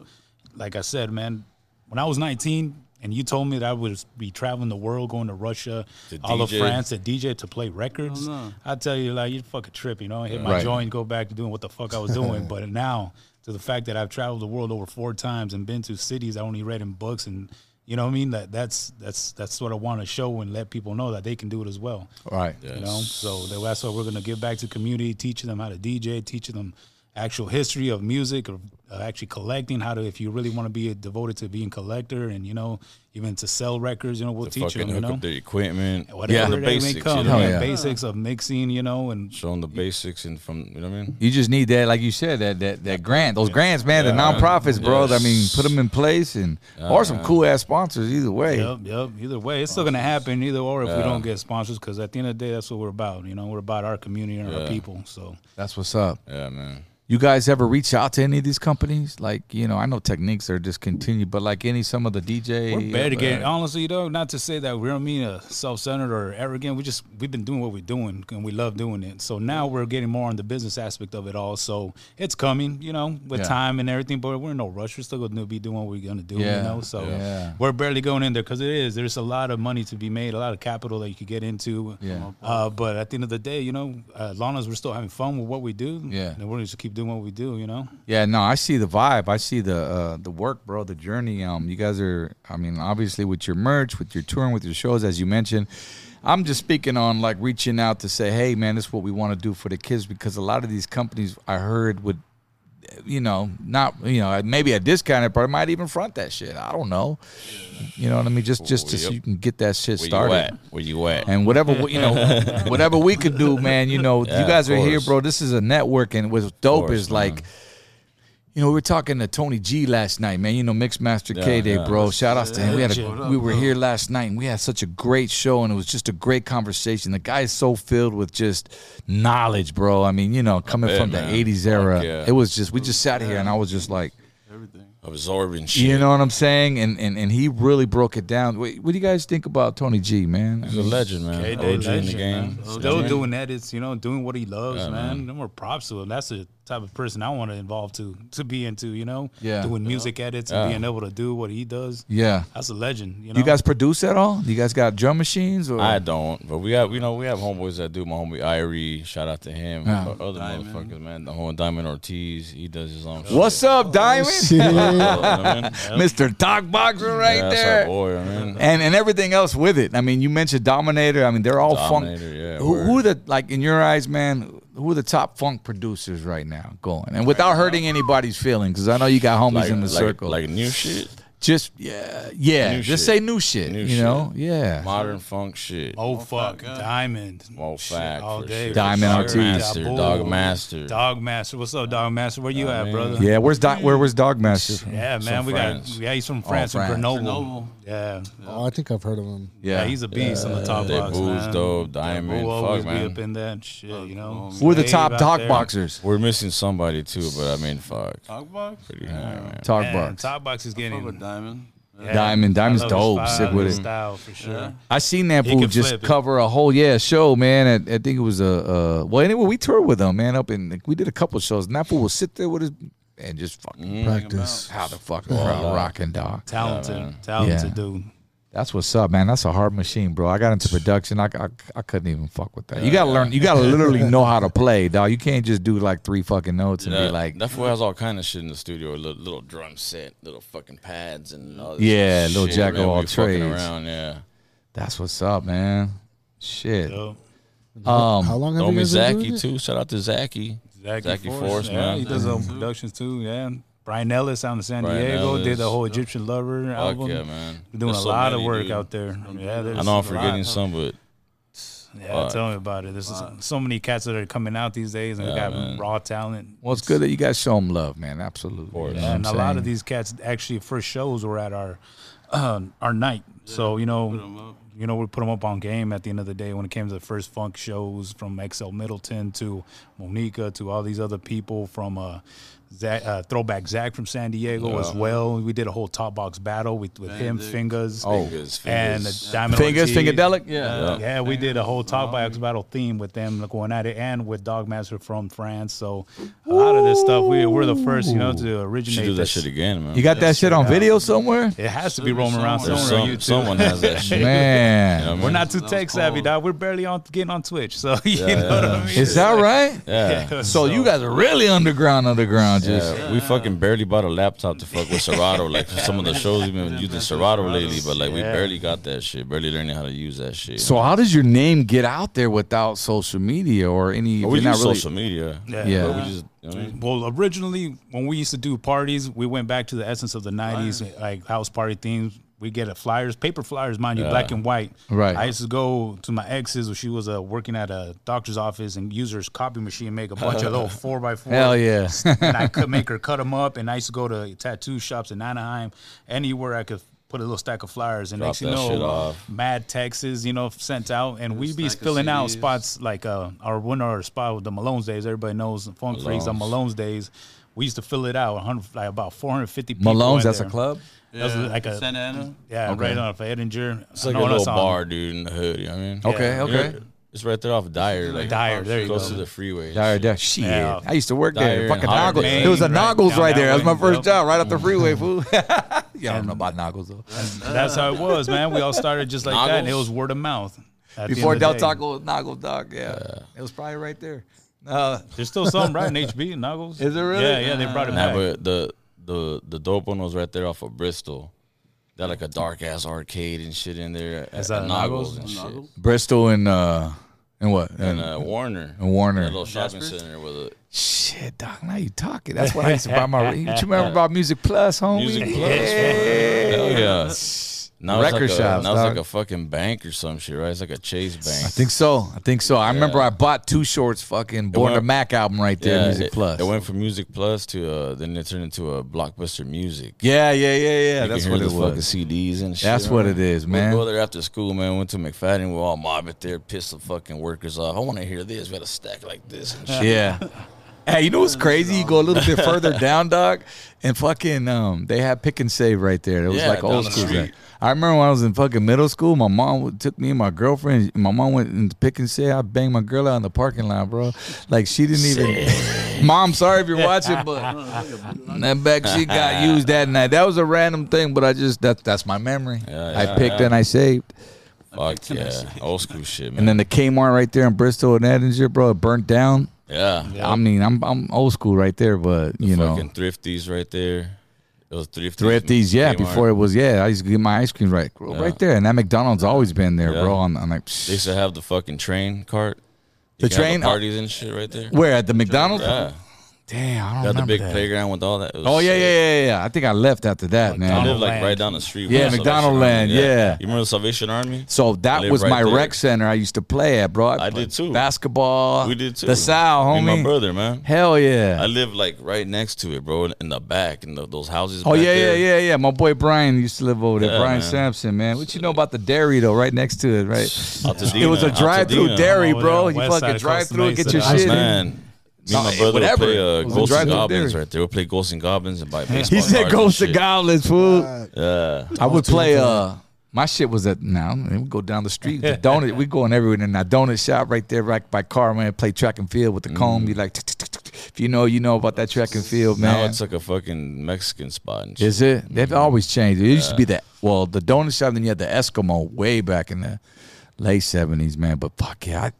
S4: Like I said, man, when I was 19 and you told me that I would be traveling the world, going to Russia,
S5: To
S4: all of
S5: DJ.
S4: France, to DJ to play records,
S1: no.
S4: I tell you, like you're fucking tripping. You know, hit my
S2: Right.
S4: joint, go back to doing what the fuck I was doing. but now, to the fact that I've traveled the world over four times and been to cities I only read in books, and you know what I mean. That that's that's that's what I want to show and let people know that they can do it as well.
S2: Right.
S4: You know, so that- that's why we're gonna give back to community, teaching them how to DJ, teaching them actual history of music, of uh, actually collecting how to. If you really want to be devoted to being collector, and you know, even to sell records, you know, we'll
S5: To
S4: teach them.
S5: fucking
S4: You
S5: hook
S4: know,
S5: up their equipment.
S4: whatever
S5: the
S4: they
S5: basics.
S4: may
S5: you
S4: come,
S5: know what I
S4: yeah,
S5: mean?
S2: yeah.
S4: basics of mixing, you know, and
S5: Show them the basics and from you know what I mean.
S2: You just need that, like you said, that that, that grant, those grants, man, the nonprofits, bro. I mean, put them in place, and or some cool ass sponsors either way.
S4: Yep, yep. Either way, it's still gonna happen. Either or, if we don't get sponsors, because at the end of the day, that's what we're about. You know, we're about our community and our people. So
S2: That's what's up.
S5: Yeah, man.
S2: You guys ever reach out to any of these companies? Like, you know, I know Techniques are discontinued, but like any some of the DJ,
S4: we're better
S2: uh,
S4: getting honestly though. Not to say that we don't mean uh, self-centered or arrogant. We just we've been doing what we're doing and we love doing it. So now we're getting more on the business aspect of it all. So it's coming, you know, with
S2: Yeah.
S4: time and everything. But we're in no rush. We're still gonna be doing what we're gonna do.
S2: Yeah,
S4: You know, so
S2: yeah.
S4: we're barely going in there because it is. There's a lot of money to be made, a lot of capital that you could get into.
S2: Yeah.
S4: Uh, but at the end of the day, you know, as long as we're still having fun with what we do,
S2: Yeah.
S4: then we're just keep doing what we do. You know.
S2: Yeah, no, I see the vibe. I see the uh, the work, bro. The journey. Um, you guys are. I mean, obviously with your merch, with your touring, with your shows, as you mentioned. I'm just speaking on like reaching out to say, hey, man, this is what we want to do for the kids because a lot of these companies I heard would, you know, not you know maybe a discounted part might even front that shit. I don't know. You know what I mean? Just just to so
S5: Oh, Yep.
S2: you can get that shit
S5: Where
S2: started
S5: you at? Where you at?
S2: and whatever we- you know, whatever we could do, man. You know,
S5: Yeah,
S2: you guys
S5: of
S2: are here,
S5: course.
S2: bro. This is a network, and what's dope
S5: course,
S2: is like,
S5: man.
S2: you know, we were talking to Tony G last night, man. You know, Mixmaster
S5: Yeah,
S2: K Day,
S5: yeah.
S2: bro. Shout outs to him. We had
S4: Legend.
S2: a, we were here last night, and we had such a great show, and it was just a great conversation. The guy is so filled with just knowledge, bro. I mean, you know, coming
S5: bet,
S2: from
S5: man.
S2: the '80s era,
S5: Fuck yeah.
S2: it was just we just sat here, and I was just like.
S1: Everything.
S5: Absorbing shit.
S2: You know what I'm saying, and and, and he really broke it down. Wait, what do you guys think about Tony G, man?
S5: He's a legend, man.
S4: Hey,
S5: OG
S4: legend,
S5: in the game.
S4: man. Still doing edits, you know, doing what he loves, man. No more props to him. That's the type of person I want to involve to to be into, you know.
S2: Yeah.
S4: Doing music edits and being able to do what he does.
S2: Yeah.
S4: That's a legend, you know.
S2: Do you guys produce at all? Do you guys got drum machines or
S5: I don't, but we have you know we have homeboys that do. My homie Irie, shout out to him. But Other motherfuckers, man. The whole Diamond Ortiz, he does his own.
S2: What's up, Diamond?
S3: Shit.
S2: Mr. Talk Boxer right there.
S5: yeah, That's our boy, man.
S2: And and everything else with it. I mean, you mentioned Dominator. I mean, they're all funk.
S5: Dominator, yeah,
S2: who, who
S5: word.
S2: are the like in your eyes, man? Who are the top funk producers right now going? And without hurting anybody's feelings, because I know you got homies
S5: Like,
S2: in the
S5: like,
S2: circle.
S5: like new shit,
S2: just yeah, yeah.
S5: New
S2: just
S5: shit.
S2: say new shit.
S5: New
S2: you know, yeah.
S5: modern funk shit.
S4: Oh fuck, Diamond.
S5: Mo
S4: Shit,
S5: Fack,
S4: all
S5: for
S4: day.
S5: sure.
S2: Diamond
S4: Dog
S2: Ortiz.
S5: Master,
S4: Dabu.
S5: Dog Master.
S4: Dog Master. What's up, Dog Master? Where you at, brother?
S2: yeah, where's Doc? Where was Dogmaster? from?
S4: Yeah, man.
S5: Some
S4: We
S5: friends.
S4: got yeah, he's from France, from
S2: France.
S4: Grenoble.
S1: Grenoble.
S4: Yeah.
S3: oh, I think I've heard of him.
S4: Yeah, he's a beast on the top
S5: They
S4: box,
S5: booze,
S4: man.
S5: dope,
S4: Dabu
S5: diamond, fuck,
S4: always be
S5: man.
S4: up in that shit, you know.
S2: Who are the
S4: Slave
S2: top
S4: out
S2: talk
S4: there.
S2: boxers?
S5: We're missing somebody too, but I mean, fuck.
S4: Uh,
S1: Talk box?
S5: Pretty high, man.
S2: Talk
S4: Man,
S2: box.
S4: top box is
S1: Fuck
S4: getting
S1: with Diamond. Yeah.
S2: Diamond. Diamond's
S4: I love
S2: dope.
S4: his
S2: Sick
S4: style,
S2: with
S4: his
S2: it.
S4: Style for sure.
S1: Yeah.
S2: I seen that
S4: He
S2: fool
S4: can
S2: just
S4: flip it.
S2: cover a whole yeah show, man. At, I think it was a uh, well anyway we toured with him, man. Up in like, we did a couple shows, and that fool will sit there with his and just fucking
S4: Mm.
S3: Practice.
S2: how the fuck crowd rocking dog.
S4: Talented, talented
S2: Yeah.
S4: dude.
S2: That's what's up, man. That's a hard machine, bro. I got into production, I, I, I couldn't even fuck with that. You gotta learn, you gotta literally know how to play, dog. You can't just do like three fucking notes and
S5: Yeah,
S2: be like,
S5: that fool has all kind of shit in the studio. A little, little drum set, little fucking pads, and all this
S2: Yeah, little
S5: shit,
S2: jack of
S5: man. We
S2: all
S5: fucking
S2: trades.
S5: Around, yeah.
S2: that's what's up, man. Shit.
S4: So,
S3: How
S2: Um,
S3: long have you
S5: Homie
S3: guys been doing
S5: Zachy
S3: it?
S5: too. Shout out to Zachy.
S4: Zachy,
S5: Zachy
S4: Force,
S5: Force,
S4: yeah,
S5: man.
S4: He does his own
S2: Mm-hmm.
S4: productions too. Yeah, Brian Ellis out in San
S5: Brian
S4: Diego did
S5: Ellis.
S4: the whole Egyptian Lover
S5: Fuck
S4: album.
S5: yeah, man.
S4: Doing
S5: There's
S4: a
S5: so
S4: lot of
S5: many,
S4: work
S5: dude.
S4: out there. Yeah, there's
S5: I know I'm
S4: a
S5: forgetting
S4: lot.
S5: some, but
S4: Yeah, tell me about it. There's so- so many cats that are coming out these days, and they got raw talent.
S2: well, it's good that you guys show him love, man. Absolutely. You know what I'm
S4: and a lot
S2: saying?
S4: of these cats actually first shows were at our um, our night. So you know, you know, we put them up on game at the end of the day when it came to the first funk shows from XL Middleton to Monica to all these other people from uh, Zach, uh throwback Zach from San Diego as well. We did a whole top box battle with, with him,
S1: Dick.
S4: Fingers,
S5: Oh. Fingers,
S4: and
S5: fingers. Um,
S4: Diamond
S2: Fingers,
S4: Ortiz.
S2: Fingadelic? Yeah.
S4: Yeah, we did a whole talk by X battle theme with them like, going at it, and with Dogmaster from France. So a lot of this stuff, we we're the first, you know, to
S5: Should
S4: originate
S5: do that
S4: this.
S5: shit again, man.
S2: You got that shit on video somewhere?
S4: It has to be roaming around somewhere
S5: There's
S4: on
S5: some,
S4: YouTube.
S5: someone has that shit.
S2: Man.
S5: You know what I
S4: We're
S5: mean?
S4: not too
S1: was
S4: tech savvy,
S1: cold.
S4: dog. We're barely on getting on Twitch, so you know what I mean.
S2: Is that right?
S5: Yeah.
S4: Yeah,
S2: So you guys are really underground, underground. Just
S5: Yeah, we fucking barely bought a laptop to fuck with Serato. Like for some of the shows we've been using Serato lately, but like we
S4: Yeah.
S5: barely got that shit. Barely learning how to use that shit.
S2: so how does your name get out there without social media or any?
S5: But Oh, we
S2: if you're
S5: use
S2: not really-
S5: social media.
S4: Yeah.
S2: Yeah.
S5: But we just you know what I mean?
S4: Well, originally when we used to do parties, we went back to the essence of the '90s, like house party themes. We get a flyers, paper flyers, mind you, black and white.
S2: Right.
S4: I used to go to my ex's when she was uh, working at a doctor's office and use her copy machine, make a bunch of little four by four.
S2: Hell yeah.
S4: and I could make her cut them up. And I used to go to tattoo shops in Anaheim, anywhere I could put a little stack of flyers. And
S5: Drop
S4: next you
S5: that shit
S4: know,
S5: off.
S4: mad texts, you know, sent out, and we be
S1: stack of
S4: filling out
S1: CDs.
S4: spots like uh, our one our spot with the Malone's days. Everybody knows Funk Freaks on
S5: Malone's.
S4: Malone's days. We used to fill it out, 100, like about 450 people.
S2: Malone's,
S4: in
S2: that's
S4: there.
S2: a club.
S4: That was like a-
S1: Santa Ana.
S4: Yeah, right off of Edinger.
S5: It's like a little bar, dude, in the hood. You know what I mean?
S2: Okay, okay.
S5: You're- It's right there off Dyer. Like oh,
S4: Dyer, there you
S5: close
S4: go.
S5: to the freeway.
S2: Dire, dire. Shit.
S4: Yeah.
S2: I used to work
S5: Dire
S2: there.
S5: and
S2: Fucking
S5: Holiday.
S2: Noggles. There was a
S4: Main, right
S2: Noggles
S4: down
S2: right
S4: that
S2: there. That was my
S4: way.
S2: first
S4: Yep.
S2: job right up the freeway, fool. yeah, I don't know about Noggles, though.
S4: That's how it was, man. We all started just like that, and it
S5: Noggles.
S4: was word of mouth. at the
S2: Before
S4: end of
S2: Del
S4: the day.
S2: Taco was Noggles, dog. Yeah. It was probably right there. Uh,
S4: There's still some right in HB and Nuggles.
S2: Is it really?
S4: Yeah, yeah, they brought it
S5: Nah,
S4: back.
S5: but the the the dope one was right there off of Bristol. They had like a dark ass arcade and shit in there.
S4: Is
S5: As
S4: that
S5: at
S4: Noggles?
S5: Noggles and shit.
S2: Bristol and, uh, and what?
S5: And uh, Warner.
S2: And Warner.
S5: That little shopping
S1: Jasper's?
S5: center with a
S2: Shit, Doc, now you talking. That's what I used to buy my. You remember about Music Plus, homie?
S5: Music Plus,
S2: Yeah.
S5: Hell yeah. Now
S2: Record
S5: it's like
S2: shops,
S5: a, Now it's
S2: dog.
S5: like a fucking bank or some shit, right? It's like a Chase bank.
S2: I think so. I think so. I remember I bought two shorts, fucking Born to
S5: went-
S2: Mac album right there, Music
S5: it,
S2: Plus.
S5: It went from Music Plus to uh, then it turned into a Blockbuster Music.
S2: yeah, yeah, yeah, yeah.
S5: You
S2: That's
S5: could
S2: what
S5: hear
S2: it
S5: the
S2: was.
S5: Fucking CDs and shit.
S2: That's what it
S5: man.
S2: is, man.
S5: We go there after school, man. Went to McFadden. We all mob it there, piss the fucking workers off. I want to hear this. We had a stack like this and shit.
S2: Yeah. Hey, you know what's crazy? You go a little bit further down, dog, and fucking um, they had pick and save right there. It was
S5: Yeah,
S2: like
S5: down
S2: old
S5: the
S2: school.
S5: street.
S2: back. I remember when I was in fucking middle school, my mom would- took me and my girlfriend. My mom went into pick and save. I banged my girl out in the parking lot, bro. Like she didn't even. mom, sorry if you're watching, but that back she got used that night. That was a random thing, but I just that that's my memory.
S5: Yeah,
S2: I
S5: yeah,
S2: picked and I saved.
S5: Fuck yeah, old school shit, man.
S2: And then the Kmart right there in Bristol and Edinger, bro, it burnt down.
S5: yeah,
S2: I mean, I'm I'm old school right there, but you know,
S5: fucking thrifties right there. It was thrifties.
S2: Thrifties, yeah.
S5: Kmart.
S2: Before it was, yeah, I used to get my ice cream right, right there, and that McDonald's always been there,
S5: Yeah.
S2: bro. On, on like
S5: they used to have the fucking train cart.
S2: The
S5: You could have
S2: train-
S5: parties and shit right there.
S2: where at the McDonald's?
S5: Yeah,
S2: Damn, I don't
S5: got the
S2: remember
S5: big
S2: that.
S5: playground with all that. It was
S2: Oh yeah,
S5: sick.
S2: yeah, yeah, yeah. I think I left after that,
S5: I
S2: man.
S5: live like
S4: McDonaldland.
S5: right down the street.
S2: Yeah,
S5: from the
S2: McDonaldland,
S5: Salvation Army.
S2: yeah.
S5: You remember the Salvation Army?
S2: So
S5: I
S2: that
S5: live
S2: was
S5: right
S2: my
S5: there.
S2: rec center I used to play at, bro.
S5: I did
S2: played
S5: too.
S2: Basketball.
S5: we did too.
S2: The Sal,
S5: Me and
S2: homie.
S5: my brother, man.
S2: Hell yeah.
S5: I live like right next to it, bro, in- in the back, in the, those houses.
S2: Oh
S5: back
S2: yeah,
S5: there.
S2: yeah, yeah, yeah. My boy Brian used to live over there.
S5: Yeah,
S2: Brian
S5: man.
S2: Sampson, man. What you know about the dairy though? Right next to it, right?
S5: Altadena,
S2: It was a drive-through
S5: Altadena.
S2: dairy,
S4: Over
S2: bro.
S4: there,
S2: You
S4: west side,
S2: fucking
S4: Costa
S2: drive through and get your
S4: Mesa,
S2: shit.
S5: Man, me and
S2: Nah,
S5: my brother would
S2: whatever.
S5: play
S2: It
S5: uh,
S2: was a
S5: Ghosts and
S2: drive-through
S5: Goblins
S2: dairy.
S5: right there. We'll play Ghosts and Goblins and buy baseball
S2: He said
S5: cards and
S2: "Ghost of
S5: shit.
S2: Goblins, fool."
S5: Yeah.
S2: I would
S3: too,
S2: play.
S3: too.
S2: Uh, my shit was at now. We go down the street. The donut. we going everywhere. And that donut shop right there, right by car man. Play track and field with the comb. Be like, "Tick, tick, tick, tick." if you know, you know about that track and field,
S5: Now
S2: man.
S5: it's like a fucking Mexican spot and shit.
S2: Is it? They've
S4: Mm-hmm.
S2: always changed. It used to be that. Well, the donut shop. Then you had the Eskimo way back in the late seventies, man. But fuck yeah. I,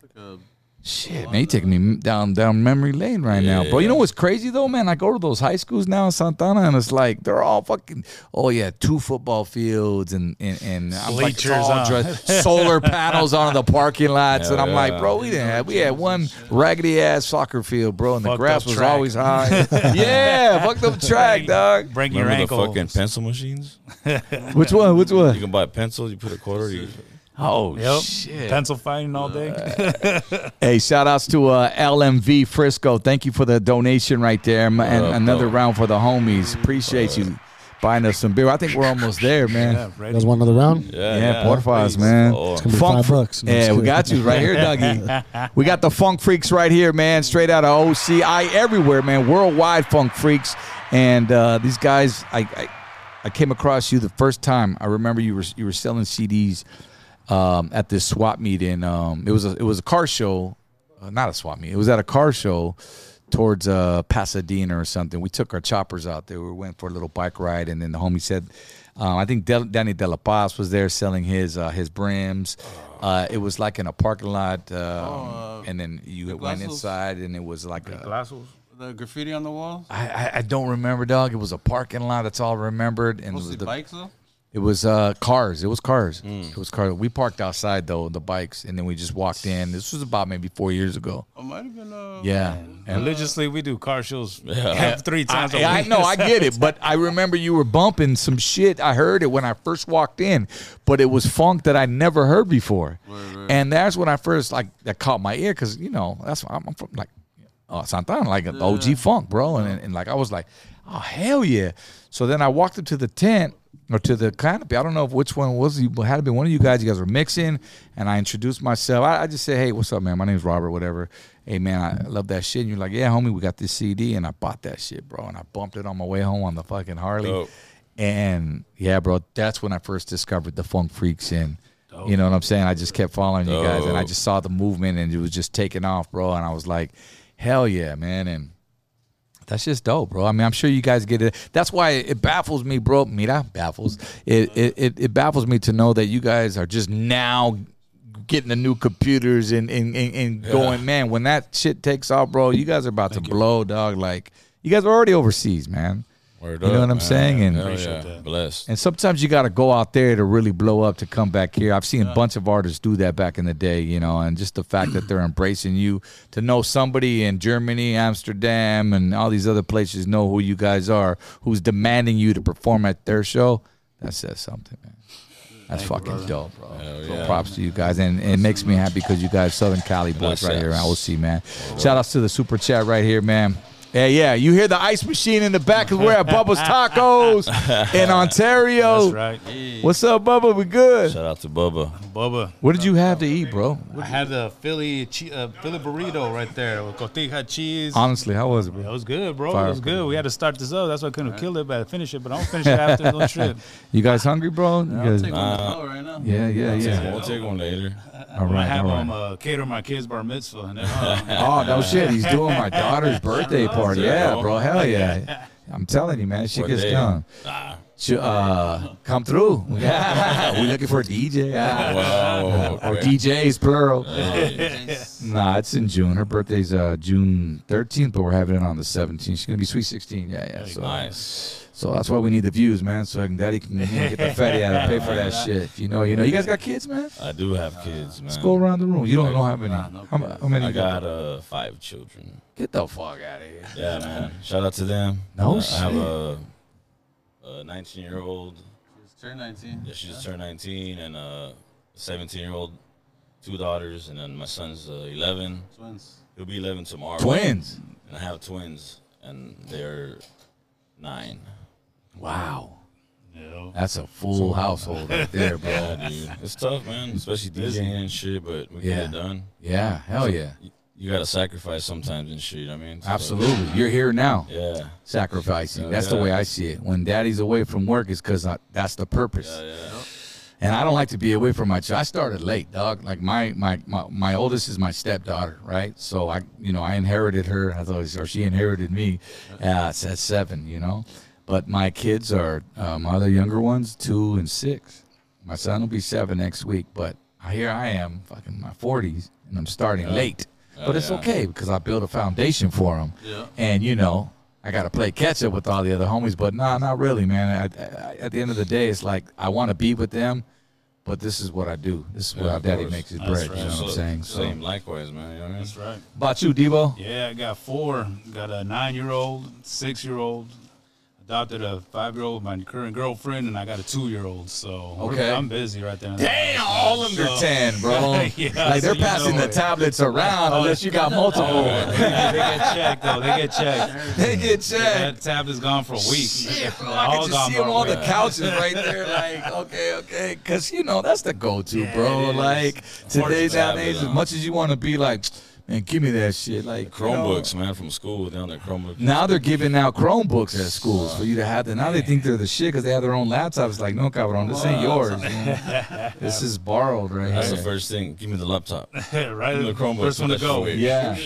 S2: Shit, man, you taking me down down memory lane right now, bro. You know what's crazy though, man? I go to those high schools now in Santana, and it's like they're all fucking. Oh yeah, two football fields and and and I'm like, it's
S4: Bleachers,
S2: all
S4: huh?
S2: dressed- solar panels on the parking lots, and I'm
S5: Hell,
S2: like,
S5: yeah.
S2: bro, we didn't have we had one raggedy ass soccer field, bro, and the
S4: Fucked
S2: grass
S4: up
S2: was
S4: track.
S2: always high. yeah, fucked up track, dog.
S4: Breaking your
S5: Remember the
S4: ankle.
S5: fucking pencil machines?
S2: Which one? Which
S5: You
S2: one?
S5: can buy pencils. You put a quarter. You,
S2: Oh
S4: Yep.
S2: shit.
S4: Pencil fighting all day.
S2: Hey, shout outs to uh, LMV Frisco. Thank you for the donation right there. M- And
S5: up,
S2: another
S5: dog?
S2: round for the homies. Appreciate you. buying us some beer. I think we're almost there, man.
S4: Yeah,
S3: You
S4: right.
S3: guys want another round?
S5: Yeah,
S2: Yeah, portafilles,
S5: please.
S2: man.
S5: Oh,
S3: It's gonna be five bucks. No,
S2: yeah,
S3: just
S2: we
S3: kidding.
S2: got you right here, Dougie. we got the Funk Freaks right here, man. Straight out of OCI everywhere, man. Worldwide Funk Freaks, and uh, these guys. I, I I came across you the first time. I remember you were you were selling CDs um, at this swap meet in. Um, it was a it was a car show, uh, not a swap meet. It was at a car show towards uh, Pasadena or something. We took our choppers out there. We went for a little bike ride, and then the homie said, um, I think Del- Danny De La Paz was there selling his uh, his brims. Uh, it was like in a parking lot, um,
S1: Oh, uh,
S2: and then you
S1: Big
S2: went
S1: Glasses?
S2: inside, and it was like a,
S1: The graffiti on the wall?
S2: I, I, I don't remember, dog. It was a parking lot. That's all I remembered, and it was
S1: Mostly
S2: the,
S1: bikes, though?
S2: it was uh, cars. It was cars. It was cars. We parked outside though, the bikes, and then we just walked in. This was about maybe four years ago.
S1: It might have been. Uh,
S2: Yeah, and
S4: Religiously, we do car shows
S5: Yeah.
S4: three times a
S2: I, I
S4: week.
S2: know, I get it, but I remember you were bumping some shit. I heard it when I first walked in, but it was funk that I never heard before, and that's when I first like that caught my ear because you know that's why I'm, I'm from like uh, Santana, like an OG funk, bro, and, and like I was like, oh hell yeah. So then I walked up to the tent or to the canopy. I don't know if which one was you, but had to be one of you guys. You guys were mixing, and I introduced myself. I, I just said, "Hey, what's up, man? My name's Robert, whatever. Hey, man, I love that shit." And you're like, "Yeah, homie, we got this CD, and I bought that shit, bro, and I bumped it on my way home on the fucking Harley."
S5: Dope.
S2: And yeah, bro, that's when I first discovered the Funk Freaks and. You know what I'm saying? I just kept following you guys, and I
S5: Dope.
S2: just saw the movement, and it was just taking off, bro. And I was like, "Hell yeah, man!" And that's just dope, bro. I mean, I'm sure you guys get it. That's why it baffles me, bro. Mira, baffles. It it, it, it baffles me to know that you guys are just now getting the new computers and and, and, and going, man. When that shit takes off, bro, you guys are about to blow, dog. Like you guys are already overseas, man.
S5: Word
S2: you know
S5: up,
S2: what I'm
S5: man.
S2: saying? And
S5: Hell
S4: Appreciate
S5: yeah.
S4: that.
S5: Blessed.
S2: and sometimes you got to go out there to really blow up to come back here. I've seen a bunch of artists do that back in the day, you know, and just the fact that they're embracing you to know somebody in Germany, Amsterdam, and all these other places know who you guys are, who's demanding you to perform at their show. That says something, man. That's fucking dope, bro. so
S5: yeah.
S2: props to you guys, and, and it makes me happy because you guys, Southern Cali boys, right here in OC, man. Shout outs to the super chat right here, man. Yeah, yeah. You hear the ice machine in the back because we're at Bubba's Tacos in Ontario.
S4: That's right.
S2: What's up, Bubba? We good.
S5: Shout out to Bubba.
S4: Bubba.
S2: What did you have to eat, bro?
S4: I had the Philly che- uh, Philly burrito right there with cotija cheese.
S2: Honestly, how was it,
S4: that
S2: bro?
S4: was good, bro.
S2: Fire
S4: That was good.
S2: burrito.
S4: We had to start this up. That's why I couldn't kill it, but I finished it. But I'll finish it after. No trip.
S2: You guys hungry, bro? You
S1: I'll
S2: guys-
S1: take one to hell right now.
S2: yeah, yeah, yeah.
S5: We'll take one later.
S2: All
S4: I
S2: right,
S4: have
S2: all
S4: them
S2: right.
S4: uh, cater my kids' bar mitzvah. And then, uh,
S2: Oh no shit! He's doing my daughter's birthday party. Yeah, bro. Hell yeah. I'm telling you, man. She
S5: What
S2: gets
S5: day?
S2: done. She, uh, come through. Yeah. we looking for a DJ. Yeah.
S5: Wow.
S2: Or
S5: Oh, okay. Oh,
S2: DJs, plural. Nah, it's in June. Her birthday's uh, June 13th, but we're having it on the 17th. She's gonna be sweet 16. Yeah, yeah. So
S5: Nice.
S2: So that's why we need the views, man. So I can, daddy can you know, get the fatty out and pay for that shit. If You know, you know. You guys got kids, man.
S5: I do have kids, man.
S2: Let's go around the room. You don't know how many. How, mu- how many?
S5: I
S2: you got?
S5: got uh five children.
S2: Get the fuck out of here.
S5: Yeah, man. Shout out to them.
S2: No
S5: Uh, I have a, a 19 year old.
S1: Just turn 19.
S5: Yeah, she just turned 19, and a 17 year old, two daughters, and then my son's uh, 11.
S1: Twins.
S5: He'll be 11 tomorrow.
S2: Twins.
S5: And I have twins, and they're nine.
S2: Wow.
S4: you know,
S2: That's a full household right there, bro.
S5: Yeah, dude. It's tough, man. Especially DJing and shit, but we
S2: Yeah.
S5: get it done.
S2: Yeah. Hell yeah.
S5: You, you gotta sacrifice sometimes and shit. I mean, so-
S2: Absolutely. You're here now.
S5: Yeah.
S2: Sacrificing. That's the way I see it. When daddy's away from work, it's because that's the purpose.
S5: Yeah.
S2: and I don't like to be away from my child. I started late, dog. Like my my my, my oldest is my stepdaughter, right? So I you know I inherited her. I thought or she inherited me. Uh, it's at seven, you know. But my kids are uh, my other younger ones, two and six. My son will be seven next week. But here I am, fucking in my forties, and I'm starting late. But it's okay because I built a foundation for them.
S1: Yeah.
S2: And you know, I got to play catch up with all the other homies. But nah, not really, man. I, I, at the end of the day, it's like I want to be with them, but this is what I do. This is where
S5: Yeah,
S2: our
S5: of
S2: daddy
S5: course.
S2: makes his
S4: That's
S2: bread.
S4: right.
S2: You know what I'm
S5: So-
S2: saying? So,
S5: Same, likewise, man. You know what I mean?
S4: that's right.
S2: about you, Debo?
S4: Yeah, I got four. Got a nine year old, six year old, adopted a five year old, my current girlfriend, and I got a two year old. So we're-
S2: Okay.
S4: I'm busy right there.
S2: Damn, all under
S4: So-
S2: ten, bro.
S4: Yeah,
S2: like
S4: so
S2: they're
S4: you
S2: passing
S4: know
S2: the
S4: it.
S2: tablets around
S4: Oh,
S2: unless you got multiple.
S4: they, get- they get checked though. They get checked.
S2: They get checked.
S4: That tablet's gone for a week.
S2: Shit, bro,
S4: All
S2: I can just
S4: gone
S2: see
S4: for
S2: them
S4: a
S2: on the
S4: week.
S2: couches right there, like, okay, okay, because you know that's the go-to,
S4: it
S2: bro.
S4: is.
S2: Like today's
S5: Unfortunately, I
S2: nowadays, as
S5: don't.
S2: much as you want to be like, man, give me that shit, like you know,
S5: Chromebooks, man, from school down there. Chromebooks.
S2: Now they're giving out Chromebooks at schools for you to have. Them. Now they think they're the shit because they have their own laptops. Like, no, cabrón, this ain't yours. man. this is borrowed right
S5: That's the
S2: here.
S5: first thing. Give me the laptop.
S4: right,
S5: The Chromebooks,
S4: first one to
S5: that's the
S4: go.
S5: way.
S2: Yeah.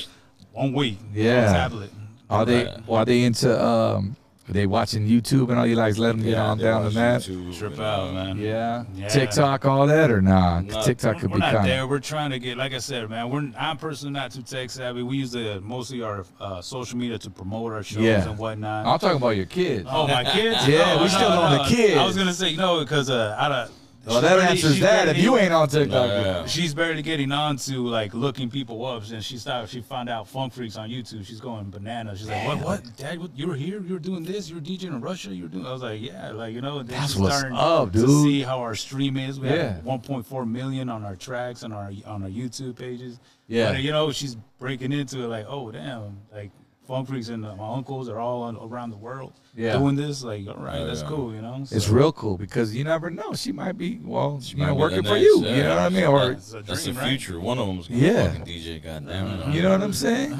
S4: One week.
S2: Yeah.
S4: One tablet.
S2: Are they? Well, are they into? Um, are they watching YouTube and all you like? Let them get on
S5: they
S2: down
S5: watch
S2: on that.
S5: YouTube
S4: Trip
S5: and,
S4: out,
S5: uh,
S4: man.
S2: Yeah.
S4: Yeah.
S2: TikTok, all that or nah? 'Cause
S5: Nah,
S2: TikTok could
S4: We're
S2: be
S4: not
S2: kind.
S4: there. We're trying to get, like I said, man. We're I'm personally not too tech savvy. We use the mostly our uh, social media to promote our shows
S2: Yeah.
S4: and whatnot.
S2: I'm talking about your kids.
S4: Oh, my kids?
S2: Yeah,
S4: No,
S2: we
S4: no,
S2: still on
S4: no.
S2: the kids.
S4: I was gonna say no because uh, I don't.
S2: well,
S4: she's
S2: that
S4: barely-
S2: answers
S4: she's
S2: that. If
S4: barely-
S2: you ain't on TikTok,
S5: Yeah.
S4: she's barely getting on to like looking people up, and she stopped. She found out Funk Freaks on YouTube. She's going bananas. She's like, "What? What? Dad, what, you were here? You were doing this? You were DJing in Russia? You were doing?" I was like, "Yeah, like you know." and then
S2: That's
S4: she's
S2: what's
S4: starting
S2: up,
S4: to
S2: dude.
S4: see how our stream is. We
S2: Yeah.
S4: have 1.4 million on our tracks on our on our YouTube pages.
S2: Yeah.
S4: But, uh, you know, she's breaking into it like, "Oh, damn!" Like Funk Freaks and uh, my uncles are all on, around the world
S2: Yeah.
S4: doing this. Like, all right,
S5: Oh,
S4: that's
S5: yeah.
S4: cool. You know, so,
S2: it's real cool because you never know. She might be well, you
S5: might
S2: know,
S5: be
S2: working
S5: the
S2: for
S5: next,
S2: you.
S5: yeah.
S2: You know what I mean? Or
S4: It's a
S5: That's
S4: dream,
S5: the
S4: right?
S5: future. One of them's gonna
S2: Yeah.
S5: yeah. fucking DJ. Goddamn it.
S2: You know what I'm saying?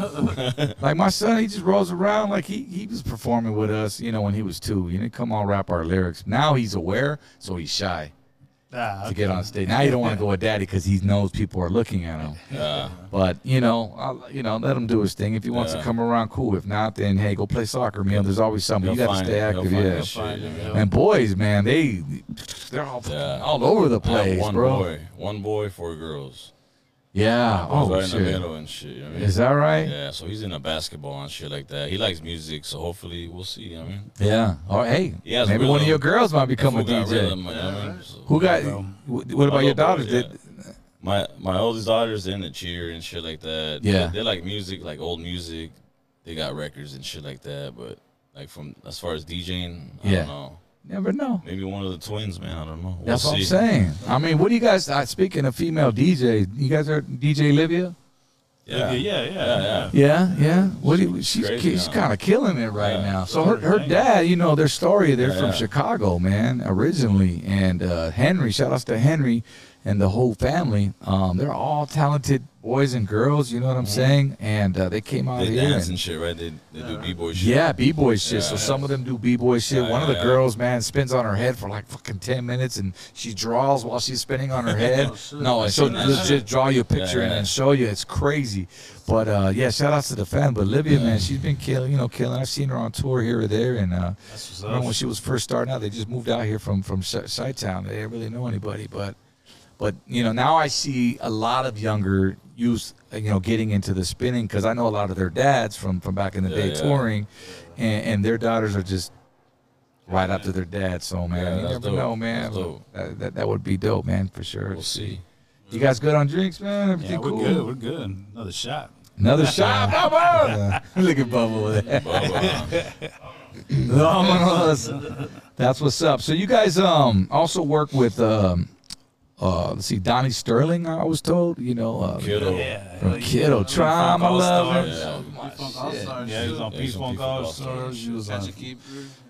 S2: like my son, he just rolls around like he he was performing with us, you know, when he was two. You know, come on, rap our lyrics. Now he's aware, so he's shy
S4: Ah,
S2: to get on stage. Now you don't want to go with daddy because he knows people are looking at him.
S5: Yeah.
S2: But you know, I'll, you know, let him do his thing. If he wants to
S5: Yeah.
S2: come around, cool. If not, then hey, go play soccer, man. There's always something.
S5: You'll
S2: you got to
S5: find
S2: stay
S5: it. You'll
S2: active,
S5: find
S2: yeah.
S5: it. Shit, yeah.
S2: And boys, man, they they're all fucking
S5: Yeah.
S2: all over the
S5: I have
S2: place,
S5: one
S2: bro.
S5: boy, one boy, four girls.
S2: Yeah.
S5: I was
S2: Oh
S5: right in the
S2: shit.
S5: middle and shit. You know what I mean?
S2: Is that right?
S5: Yeah, so he's into basketball and shit like that. He likes music, so hopefully we'll see. You know what I mean,
S2: Yeah. Or hey,
S5: He has
S2: maybe one of
S5: rhythm.
S2: your girls might become a
S5: Fool got
S2: DJ.
S5: rhythm, you know what I mean? So-
S2: Who got?
S4: Bro.
S2: wh- What about your
S5: little
S2: daughters?
S5: boy, yeah.
S2: Did,
S5: My my oldest daughter's in the cheer and shit like that.
S2: Yeah.
S5: they, they like music, like old music. They got records and shit like that. But like from as far as DJing, I
S2: Yeah.
S5: don't know.
S2: never know.
S5: Maybe one of the twins, man. I don't know. We'll
S2: That's what I'm
S5: see.
S2: saying. I mean, what do you guys? Uh, speaking of female DJs, you guys heard DJ Livia?
S4: yeah,
S5: Yeah,
S4: yeah,
S5: yeah, yeah.
S2: Yeah, yeah. What do you, she's
S5: crazy
S2: ki- she's
S5: now.
S2: kind of killing it right
S5: Yeah.
S2: now. So her her dad, you know, their story. They're from
S5: Yeah.
S2: Chicago, man, originally. And uh, Henry, shout outs to Henry and the whole family. Um, they're all talented boys and girls. You know what I'm saying? And uh, they came out
S5: Mm-hmm. They
S2: here.
S5: dance
S2: and-
S5: and shit, right? They they do b boy shit.
S2: Yeah, b boy shit.
S5: Yeah,
S2: so
S5: yeah.
S2: some of them do b boy shit.
S5: Yeah,
S2: One of the
S5: yeah, yeah.
S2: girls, man, spins on her head for like fucking ten minutes, and she draws while she's spinning on her head. no, and she'll
S5: Oh, seen that
S2: legit
S5: shit.
S2: draw you a picture
S5: Yeah,
S2: and
S5: yeah.
S2: then show you. It's crazy. But uh, yeah, shout outs to the fan. But Libya, man, she's been killing. You know, killing. I've seen her on tour here or there, and uh,
S4: That's what's
S2: I remember when
S4: up.
S2: she was first starting out, they just moved out here from from Chi Town. They didn't really know anybody, but but you know now I see a lot of younger youth, uh, you know, getting into the spinning because I know a lot of their dads from from back in the
S5: Yeah,
S2: day
S5: yeah.
S2: touring, and, and their daughters are just right after their dad. So
S5: Yeah,
S2: man, you
S5: that's
S2: never
S5: dope.
S2: know, man.
S5: That's dope.
S2: That, that that would be dope, man, for sure.
S5: We'll see.
S2: You guys good on drinks, man? Everything
S4: Yeah, we're
S2: cool?
S4: good. We're good. Another shot.
S2: Another shot, Bubba. Look at Bubba over there.
S5: Bubba.
S2: Vámonos. That's what's up. So you guys um also work with um uh let's see Donnie Sterling, I was told, you know, uh
S5: Kiddo.
S4: Yeah.
S2: From
S4: hell yeah.
S2: Kiddo, Try
S4: Funk
S2: My Lover.
S4: All-Stars.
S5: Yeah.
S1: Funk All Stars.
S4: Yeah, he was on
S5: Yeah,
S4: Peace
S5: he's on
S4: Funk
S5: Peace Funk
S4: All Stars. He was
S1: Catch
S4: on.
S1: a keeper.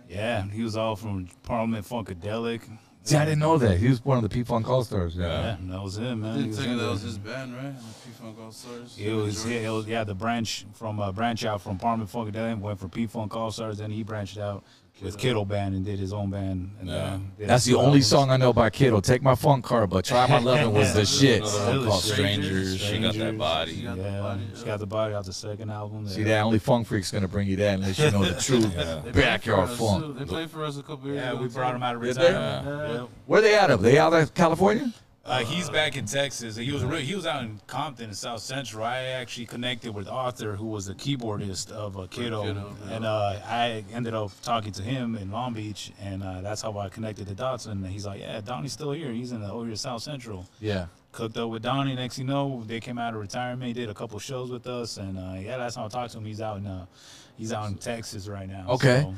S4: Yeah, he was all from Parliament Funkadelic.
S2: See, I didn't know that. He was one of the people on Call Stars. Yeah.
S4: Yeah, that was him, man.
S1: I
S4: He
S1: didn't
S4: was
S1: take
S4: in
S1: it. That
S4: there.
S1: was his band, right? P Funk All Stars.
S4: It was, yeah, it was yeah the branch from uh, branch out from Parliament Funkadelic went for P Funk All Stars, then he branched out with Kittle Band and did his own band. And,
S5: Yeah.
S4: uh, did
S2: That's
S4: his
S2: the only
S4: albums.
S2: song I know by Kiddo. Take my funk car, but Try My Loving was the shit.
S5: Another one called
S4: Strangers.
S5: Strangers. She got that body.
S1: Got the
S4: Yeah,
S1: body,
S4: she
S1: yeah.
S4: got the body out the second album.
S2: See
S4: Yeah.
S2: that only funk freak's gonna bring you that unless you know the truth.
S1: They played
S2: Backyard
S1: for us,
S2: funk.
S1: too. They played for us a couple years
S4: Yeah,
S1: ago.
S4: we brought him out of
S2: Did they?
S4: retirement.
S1: Yeah.
S4: Yep.
S2: Where they out of? They out of California?
S4: Uh, he's back in Texas. He was really, he was out in Compton, in South Central. I actually connected with Arthur, who was the keyboardist of uh, Kiddo,
S1: Kiddo, yeah.
S4: and uh, I ended up talking to him in Long Beach, and uh, that's how I connected to Dotson. And he's like, "Yeah, Donnie's still here. He's in the over here South Central."
S2: Yeah.
S4: Cooked up with Donnie. Next, thing you know, they came out of retirement. He did a couple shows with us, and uh, yeah, that's how I talked to him. He's out in uh, he's out in Texas right now.
S2: Okay.
S4: so-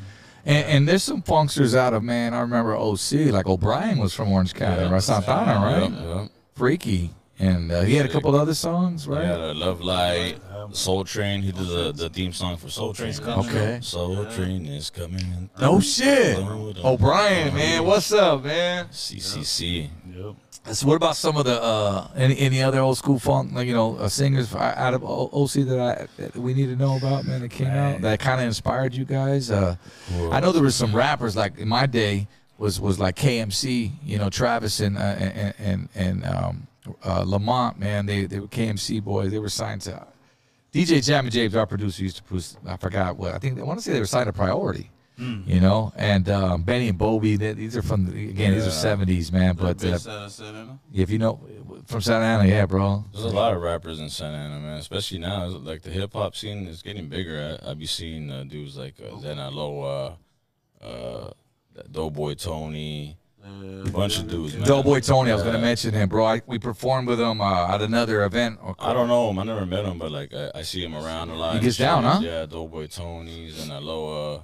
S2: And, and there's some funksters out of man. I remember OC, like O'Brien was from Orange County, right? South Island, right?
S5: Yep, yep.
S2: Freaky, and uh, he had a couple other songs, right?
S5: Yeah, the Love Light, Soul Train. He did the, the theme song for Soul Train.
S2: Okay.
S5: Soul Train is coming.
S2: No shit.
S5: Coming with a
S2: O'Brien, man, what's up, man?
S5: CCC.
S4: Yep.
S2: So what about some of the uh, any any other old school funk, like you know, uh, singers fi- out of O- OC that I that we need to know about, man, that came out that kind of inspired you guys? Uh, I know there was some rappers like in my day was was like KMC, you know, Travis and uh, and and, and um, uh, Lamont, man, they they were KMC boys. They were signed to DJ Jam and James, our producer, used to produce. I forgot what I think. I want to say they were signed to Priority. You know, and um, Benny and Bobby. They, these are from the, again. These are seventies, man. But uh,
S1: based out of Savannah.
S2: if you know from Santa Ana, yeah, bro.
S5: There's a lot of rappers in Santa Ana, man. Especially now, it's like the hip hop scene is getting bigger. I, I be seeing uh, dudes like uh, Zenaloa, uh, that Doughboy Tony, a bunch of dudes. Man.
S2: Doughboy Tony, I was gonna mention him, bro. I, we performed with him uh, at another event.
S5: I don't know him. I never met him, but like I, I see him around a lot.
S2: He gets
S5: and shit.
S2: down, huh?
S5: Yeah, Doughboy Tony's and Aloha.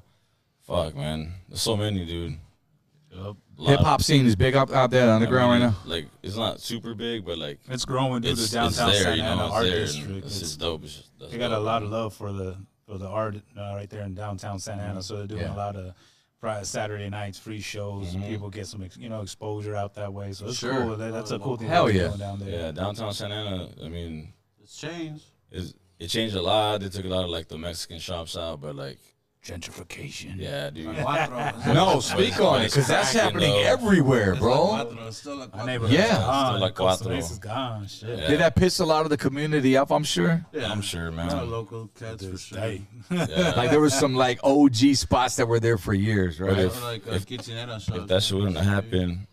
S5: Fuck, man. There's so many, dude.
S4: Yep.
S5: Lot-
S2: Hip hop scene is big up out there on the
S5: I
S2: ground right
S5: mean,
S2: now.
S5: Like it's not super big, but like
S4: It's growing due
S5: it's,
S4: to downtown
S5: it's
S4: Santa
S5: there, you know,
S4: Ana
S5: it's
S4: Art
S5: there. and
S4: District.
S5: It's
S4: It's-
S5: just dope. It's just, that's
S4: they got a
S5: dope.
S2: um,
S4: lot of love for the for the art uh, right there in downtown Santa Ana. So they're doing
S2: Yeah. Mm-hmm.
S4: a lot of Friday, Saturday nights, free shows. People get some ex- you know exposure out that way. So it's
S2: Sure.
S4: cool. That- That's a cool thing.
S2: Hell
S4: that they're
S2: yeah.
S4: doing down there.
S5: Yeah, downtown Santa Ana. I mean,
S1: It's changed.
S5: it's, it changed a lot. They took a lot of like the Mexican shops out, but like,
S4: Gentrification.
S5: yeah, dude.
S1: Cuatro.
S5: Oh,
S2: No, Oh, speak on it, cause that's happening everywhere, bro.
S1: Cuatro is still
S4: My
S1: a cuatro.
S4: neighborhood
S2: Yeah.
S4: is gone.
S5: Like
S4: Costa
S5: Cuatro.
S4: Mesa's gone. Shit.
S2: Did that piss a lot of the community off? I'm sure.
S1: Yeah.
S5: I'm sure,
S1: A lot of
S5: man.
S1: local cats for sure.
S4: Hey,
S2: Like there was some like OG spots that were there for years,
S5: But
S2: right?
S5: if,
S1: Like a
S5: if,
S1: kitchenette
S5: if that shit wouldn't have happened,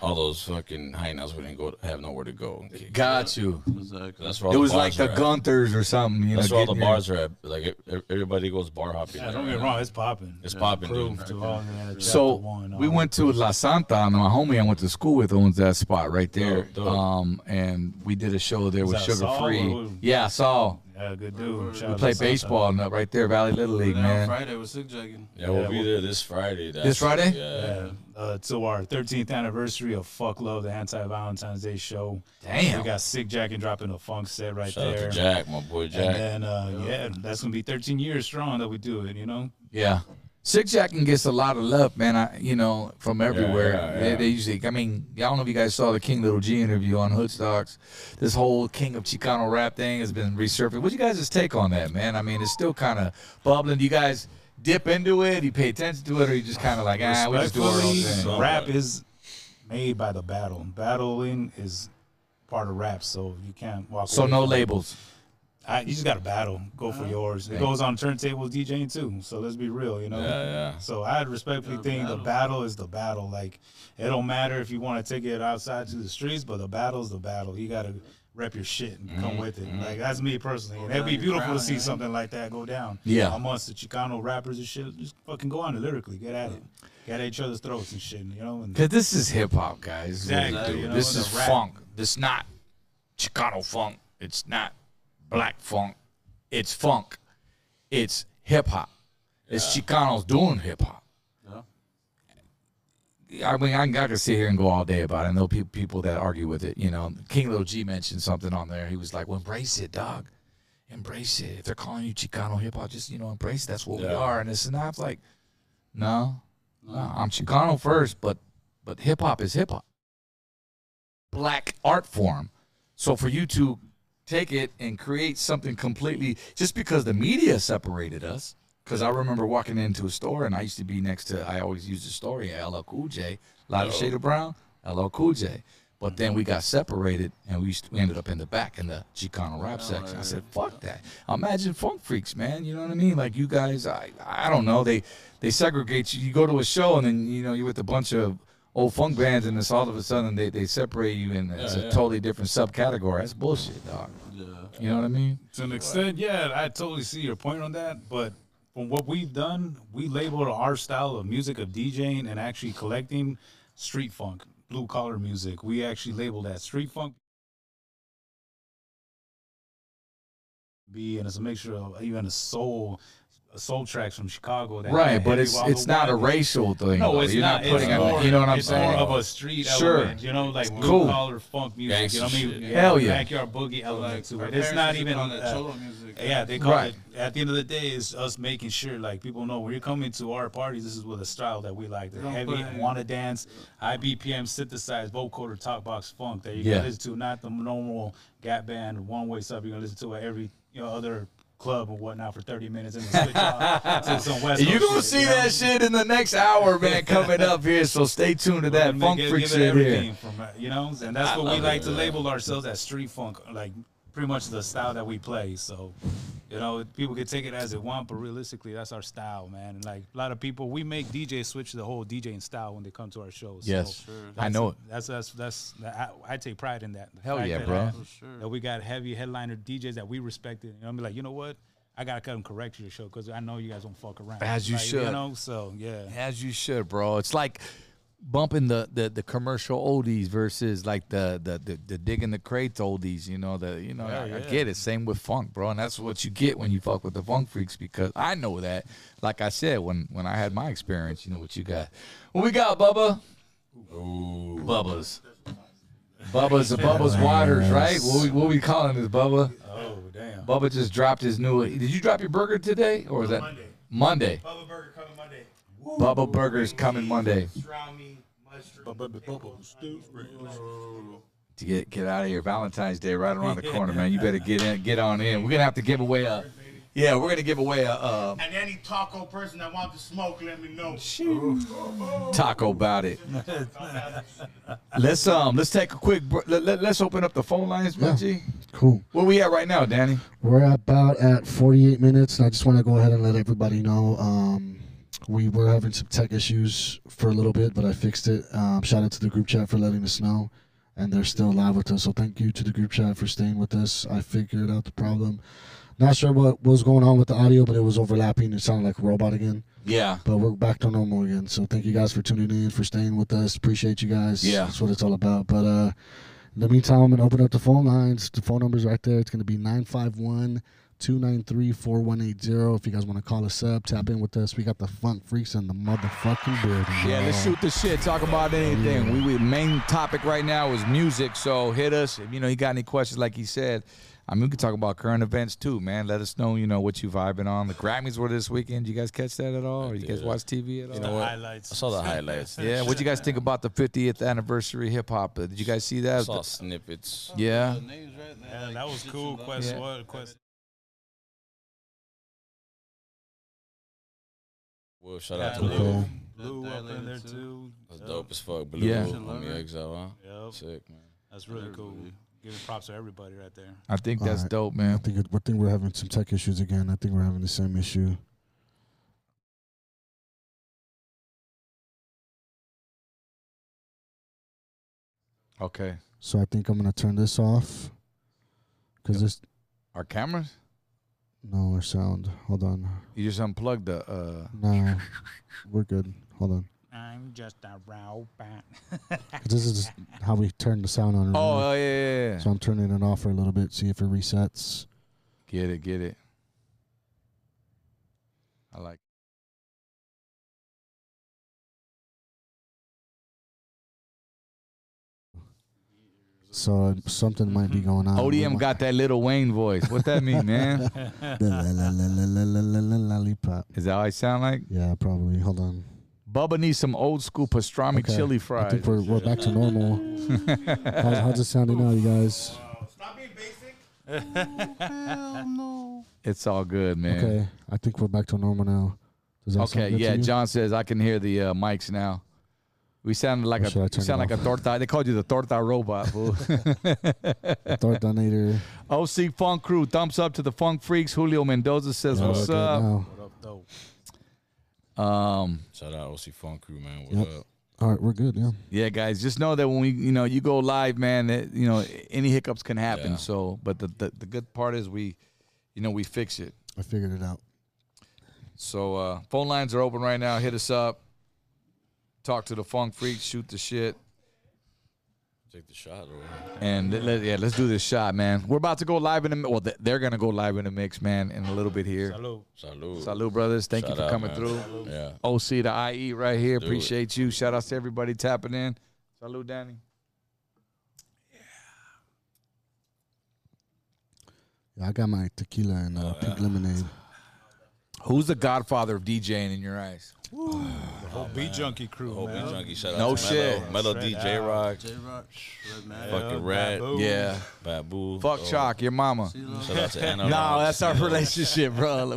S5: all those fucking hyenas wouldn't go have nowhere to go.
S2: Got you.
S1: uh,
S5: That's where all
S2: It
S5: the
S2: was like
S5: bars
S2: the
S5: are at.
S2: Gunthers or something. You
S5: That's
S2: know,
S5: where all the
S2: getting your-
S5: bars are at. Like e- everybody goes bar hopping.
S4: yeah,
S5: there,
S4: don't get me
S5: man.
S4: wrong. It's popping.
S5: It's popping, dude.
S4: Proof to all that.
S2: So
S4: chapter one, uh, all
S2: we
S4: that.
S2: went to La Santa, and my homie I went to school with owns that spot right there.
S5: Dope, dope.
S2: Um, and we did a show there with
S4: that
S2: Sugar
S4: Saul or
S2: Free.
S4: who?
S2: Yeah, Saul.
S4: Yeah, good dude. Shout
S2: We
S4: out
S2: play
S4: to Santa.
S2: baseball in the- right there, Valley Little League,
S1: on
S2: man.
S1: Friday with Sick Dragon.
S5: Yeah, we'll
S4: Yeah,
S5: be
S4: we'll-
S5: there this Friday. That's,
S2: Friday?
S5: Yeah.
S4: Yeah, uh, to our 13th anniversary of Fuck Love, the anti Valentine's Day show.
S2: Damn.
S4: We got Sick Jack and dropping a funk set right
S5: Shout out
S4: there.
S5: to Jack, my boy Jack.
S4: And then, uh, yeah, that's going to be 13 years strong that we do it, you know?
S2: Yeah. Six Jacking gets a lot of love, man. I, you know, from everywhere.
S5: yeah,
S2: They,
S5: yeah.
S2: they usually, I mean, I don't know if you guys saw the King Little G interview on Hoodstocks. This whole King of Chicano rap thing has been resurfaced. What's you guys' take on that, man? I mean, it's still kind of bubbling. Do you guys dip into it? Do you pay attention to it, or you just kind of like, ah, we just do our own
S4: Respectfully,
S2: thing?
S5: thing.
S4: rap is made by the battle. Battling is part of rap, so you can't walk
S2: So
S4: away
S2: no
S4: from it.
S2: labels.
S4: I, you just got to battle. Go for yours. It goes on turntables DJing too, so let's be real, you know?
S5: yeah, yeah.
S4: So I respectfully
S1: Yeah,
S4: think the
S1: battle.
S4: battle is the battle. Like it don't matter if you want to take it outside to the streets, but the battle's the battle. You gotta rep your shit and
S5: Mm-hmm.
S4: come with it. Like that's me personally. And it'd be
S1: down your
S4: beautiful to
S1: crown,
S4: see
S1: yeah.
S4: something like that go down.
S2: Yeah.
S4: Amongst the Chicano rappers and shit, just fucking go on it lyrically. Get at it. Get at each other's throats and shit. You know. And,
S2: Cause this is hip hop, guys. This is what we
S4: Exactly,
S2: do.
S4: you know,
S2: this
S4: the
S2: is
S4: rap.
S2: funk. This not Chicano funk. It's not black funk. It's funk. It's hip hop. It's Chicanos doing hip hop. I mean, I, I could sit here and go all day about it. I know pe- people that argue with it. You know, King Lil G mentioned something on there. He was like, "Well, embrace it, dog. Embrace it. If they're calling you Chicano hip hop, just you know, embrace. it. That's what we
S5: Yeah.
S2: are." And it's not like, no, no, I'm Chicano first, but but hip hop is hip hop, black art form. So for you to take it and create something completely, just because the media separated us. Because I remember walking into a store and I used to be next to, I always use the story, LL Cool J, a lot of shade of brown, LL Cool J. But then we got separated and we, used, we ended up in the back in the Chicano rap section. I said, fuck that. Imagine funk freaks, man. You know what I mean? Like you guys, I, I don't know. They, they segregate you. You go to a show and then, you know, you're with a bunch of old funk bands and it's all of a sudden they, they separate you and it's a totally different subcategory. That's bullshit, dog.
S1: Yeah.
S2: You know what I mean?
S4: to an extent, yeah, I totally see your point on that. But from what we've done, we labeled our style of music of DJing and actually collecting street funk, blue collar music. We actually label that street funk. Be and it's a mixture of even a soul, soul tracks from Chicago. That
S2: Right,
S4: had
S2: but
S4: heavy
S2: it's
S4: Walla
S2: it's not a
S4: Walla.
S2: racial thing.
S4: No,
S2: though.
S4: it's
S2: You're
S4: not.
S2: not, putting
S4: it's
S2: a-
S4: more,
S2: you know what I'm
S4: it's
S2: saying?
S4: more of a street
S2: Sure.
S4: element, you know, like
S2: cool.
S4: blue collar funk music. you know what I
S5: Gangsta
S4: mean?
S5: shit.
S2: Hell yeah.
S4: Backyard boogie element
S1: Like,
S4: to
S1: my
S4: it. It's
S1: parents
S4: not
S1: used to
S4: even.
S1: call that
S4: uh,
S1: cholo music.
S4: yeah, they call
S2: Right.
S4: it. At the end of the day, it's us making sure like people know when you're coming to our parties. This is with a style that we like: the
S1: Don't
S4: heavy,
S1: play-
S4: want to dance, high BPM, synthesized vocoder, top box funk that you're
S2: Yeah.
S4: gonna listen to, not the normal gap band, one way stuff you're gonna listen to at every you know, other club or whatnot for 30 minutes and then switch off to some West
S2: You're
S4: Coast
S2: gonna
S4: shit,
S2: see
S4: you know?
S2: that shit in the next hour, man, coming up here. So stay tuned to that
S4: Give-
S2: funk
S4: give
S2: freak
S4: it
S2: shit
S4: everything
S2: here.
S4: From, uh, you know, and that's
S5: I
S4: what we
S5: love
S4: like
S5: it,
S4: to
S5: yeah.
S4: label ourselves as street funk, like pretty much the style that we play. So, you know, people can take it as they want, but realistically, that's our style, man. And like a lot of people, we make DJs switch the whole DJing style when they come to our shows.
S2: Yes.
S4: so
S2: Sure. I
S4: that's-
S2: know it.
S4: That's that's that's I, I take pride in that. The
S2: Hell
S4: fact
S2: yeah,
S4: that
S2: bro.
S4: I-
S2: For
S1: sure.
S4: That we got heavy headliner DJs that we respected. And I'm like, you know what? I gotta come correct your show because I know you guys don't fuck around.
S2: As you
S4: Like,
S2: should.
S4: You know, so yeah.
S2: As you should, bro. It's like bumping the the, the commercial oldies versus like the the, the the digging the crates oldies. You know the you know I, I
S4: yeah.
S2: get it. Same with funk, bro, and that's what you get when you fuck with the funk freaks because I know that. Like I said, when when I had my experience, you know what you got. What we got, Bubba? Bubba's. Bubba's the Bubba's Waters, right? What we, what we calling this, Bubba?
S4: Oh damn.
S2: Bubba just dropped his new. Did you drop your burger today, or was that
S6: Monday.
S2: Monday?
S6: Bubba Burger coming Monday.
S2: Bubba Burger's coming Monday.
S6: Drown me, mushroom.
S2: To get get out of here, Valentine's Day right around the corner, man. You better get in, get on in. We're gonna have to give away a. Yeah, we're gonna give away a, uh
S6: And any taco person that wants to smoke, let me know.
S2: taco about it. Let's um let's take a quick. Br- let, let, us open up the phone lines, Munchie.
S3: Cool.
S2: Where we at right now, Danny?
S3: We're about at 48 minutes, and I just want to go ahead and let everybody know um, we were having some tech issues for a little bit, but I fixed it. Um, shout out to the group chat for letting us know, and they're still live with us. So thank you to the group chat for staying with us. I figured out the problem. Not sure what was going on with the audio, but it was overlapping. It sounded like a robot again.
S2: Yeah.
S3: But we're back to normal again. So thank you guys for tuning in, for staying with us. Appreciate you guys.
S2: Yeah.
S3: That's what it's all about. But uh in the meantime, I'm gonna open up the phone lines. The phone number's right there. It's gonna be 951 293 4180. If you guys want to call us up, tap in with us. We got the funk freaks in the motherfucking building.
S2: Yeah, let's
S3: y'all.
S2: shoot the shit. Talk about anything. We, we main topic right now is music. So hit us if you know you got any questions. Like he said, I mean, we can talk about current events too, man. Let us know, you know, what you vibing on. The Grammys were this weekend. You guys catch that at all? Or you guys watch TV at all?
S5: know what?
S4: highlights.
S5: I saw the highlights.
S2: yeah. What you guys think about the 50th anniversary hip hop? Uh, Did you guys see
S5: I
S2: that?
S5: saw snippets.
S2: Yeah.
S1: The names right there,
S4: Yeah,
S1: like,
S4: that was
S1: shit
S4: cool.
S1: you love.
S4: Quest
S2: Yeah.
S4: what? Quest.
S5: Well, shout
S4: Yeah,
S5: out to
S1: Blue.
S5: Lil.
S3: Cool.
S4: Blue up in there
S1: That
S4: too.
S5: That's
S4: Yep.
S5: dope as fuck. Blue
S2: Yeah.
S5: yeah. on the exile, huh?
S4: Yep.
S5: Sick, man.
S4: That's really cool.
S1: Everybody.
S4: Giving props to everybody right there.
S2: I think that's
S3: Alright.
S2: dope,
S3: I
S2: man.
S3: think, it, I think we're having some tech issues again. I think we're having the same issue.
S2: Okay.
S3: So I think I'm gonna turn this off. Cause this
S2: Our cameras?
S3: no our sound. Hold on.
S2: You just unplugged the. Uh,
S3: No, we're good. Hold on.
S4: I'm just a robot.
S3: 'Cause This is how we turn the sound
S2: oh,
S3: on. remember?
S2: oh, yeah, yeah, yeah.
S3: So I'm turning it off for a little bit, see if it resets.
S2: Get it, get it. I like.
S3: So something might be going on.
S2: ODM got that little Wayne voice. What that mean, man?
S3: lollipop.
S2: Is that how I sound like?
S3: Yeah, probably. Hold on.
S2: Bubba needs some old school pastrami
S3: Okay.
S2: chili
S3: I
S2: fries.
S3: think we're, we're back to normal. how's, how's it sounding now, you guys?
S6: Stop being basic.
S2: It's all good, man. Okay,
S3: Okay, I think we're back to normal now. Does that sound good to
S2: yeah.
S3: you?
S2: John says I can hear the uh, mics now. We sounded like
S3: Or should I
S2: a you
S3: turn it
S2: sound like a
S3: off?
S2: torta. They called you the torta robot. Fool.
S3: Thought Donator.
S2: OC Funk Crew, thumbs up to the Funk Freaks. Julio Mendoza says,
S3: Oh,
S2: "What's
S3: good now.
S4: what up, though?
S2: up?" Um,
S5: Shout out OC Funk Crew, man. What
S3: Yep.
S5: up?
S3: All right, we're good. Yeah.
S2: Yeah, guys, just know that when we, you know, you go live, man, that, you know, any hiccups can happen.
S5: Yeah.
S2: So, but the, the the good part is we, you know, we fix it.
S3: I figured it out.
S2: So, uh, phone lines are open right now. Hit us up. Talk to the funk freaks. Shoot the shit.
S5: Take the shot, or
S2: And let- let, yeah, let's do this shot, man. We're about to go live in the mi- well. th- They're gonna go live in the mix, man, in a little bit here.
S4: Salud.
S5: salud.
S2: Salud, brothers. Thank you
S5: Shout
S2: for
S5: out,
S2: coming
S5: man.
S2: through.
S5: Yeah.
S2: OC to IE E right here.
S5: Do it.
S2: Appreciate you. Shout outs to everybody tapping in. Salud, Danny.
S3: Yeah, I got my tequila and
S5: Oh,
S3: uh, pink lemonade.
S2: Who's the godfather of DJing in your eyes?
S4: Whole beat junkie crew.
S5: Whole
S4: Oh, man.
S5: beat junkie. Shout out
S2: No
S5: to
S2: shit.
S5: Mellow, Mellow
S4: Straight
S5: DJ
S4: out.
S5: Rock,
S1: J Rock, Red Man.
S5: fucking
S4: Yeah,
S5: Rat,
S4: Babu.
S2: Yeah.
S5: Babu.
S2: Fuck
S5: oh,
S2: Shock, your mama.
S5: Shout out to Anna.
S2: No,
S5: Rock,
S2: that's our
S5: you know,
S2: relationship, bro.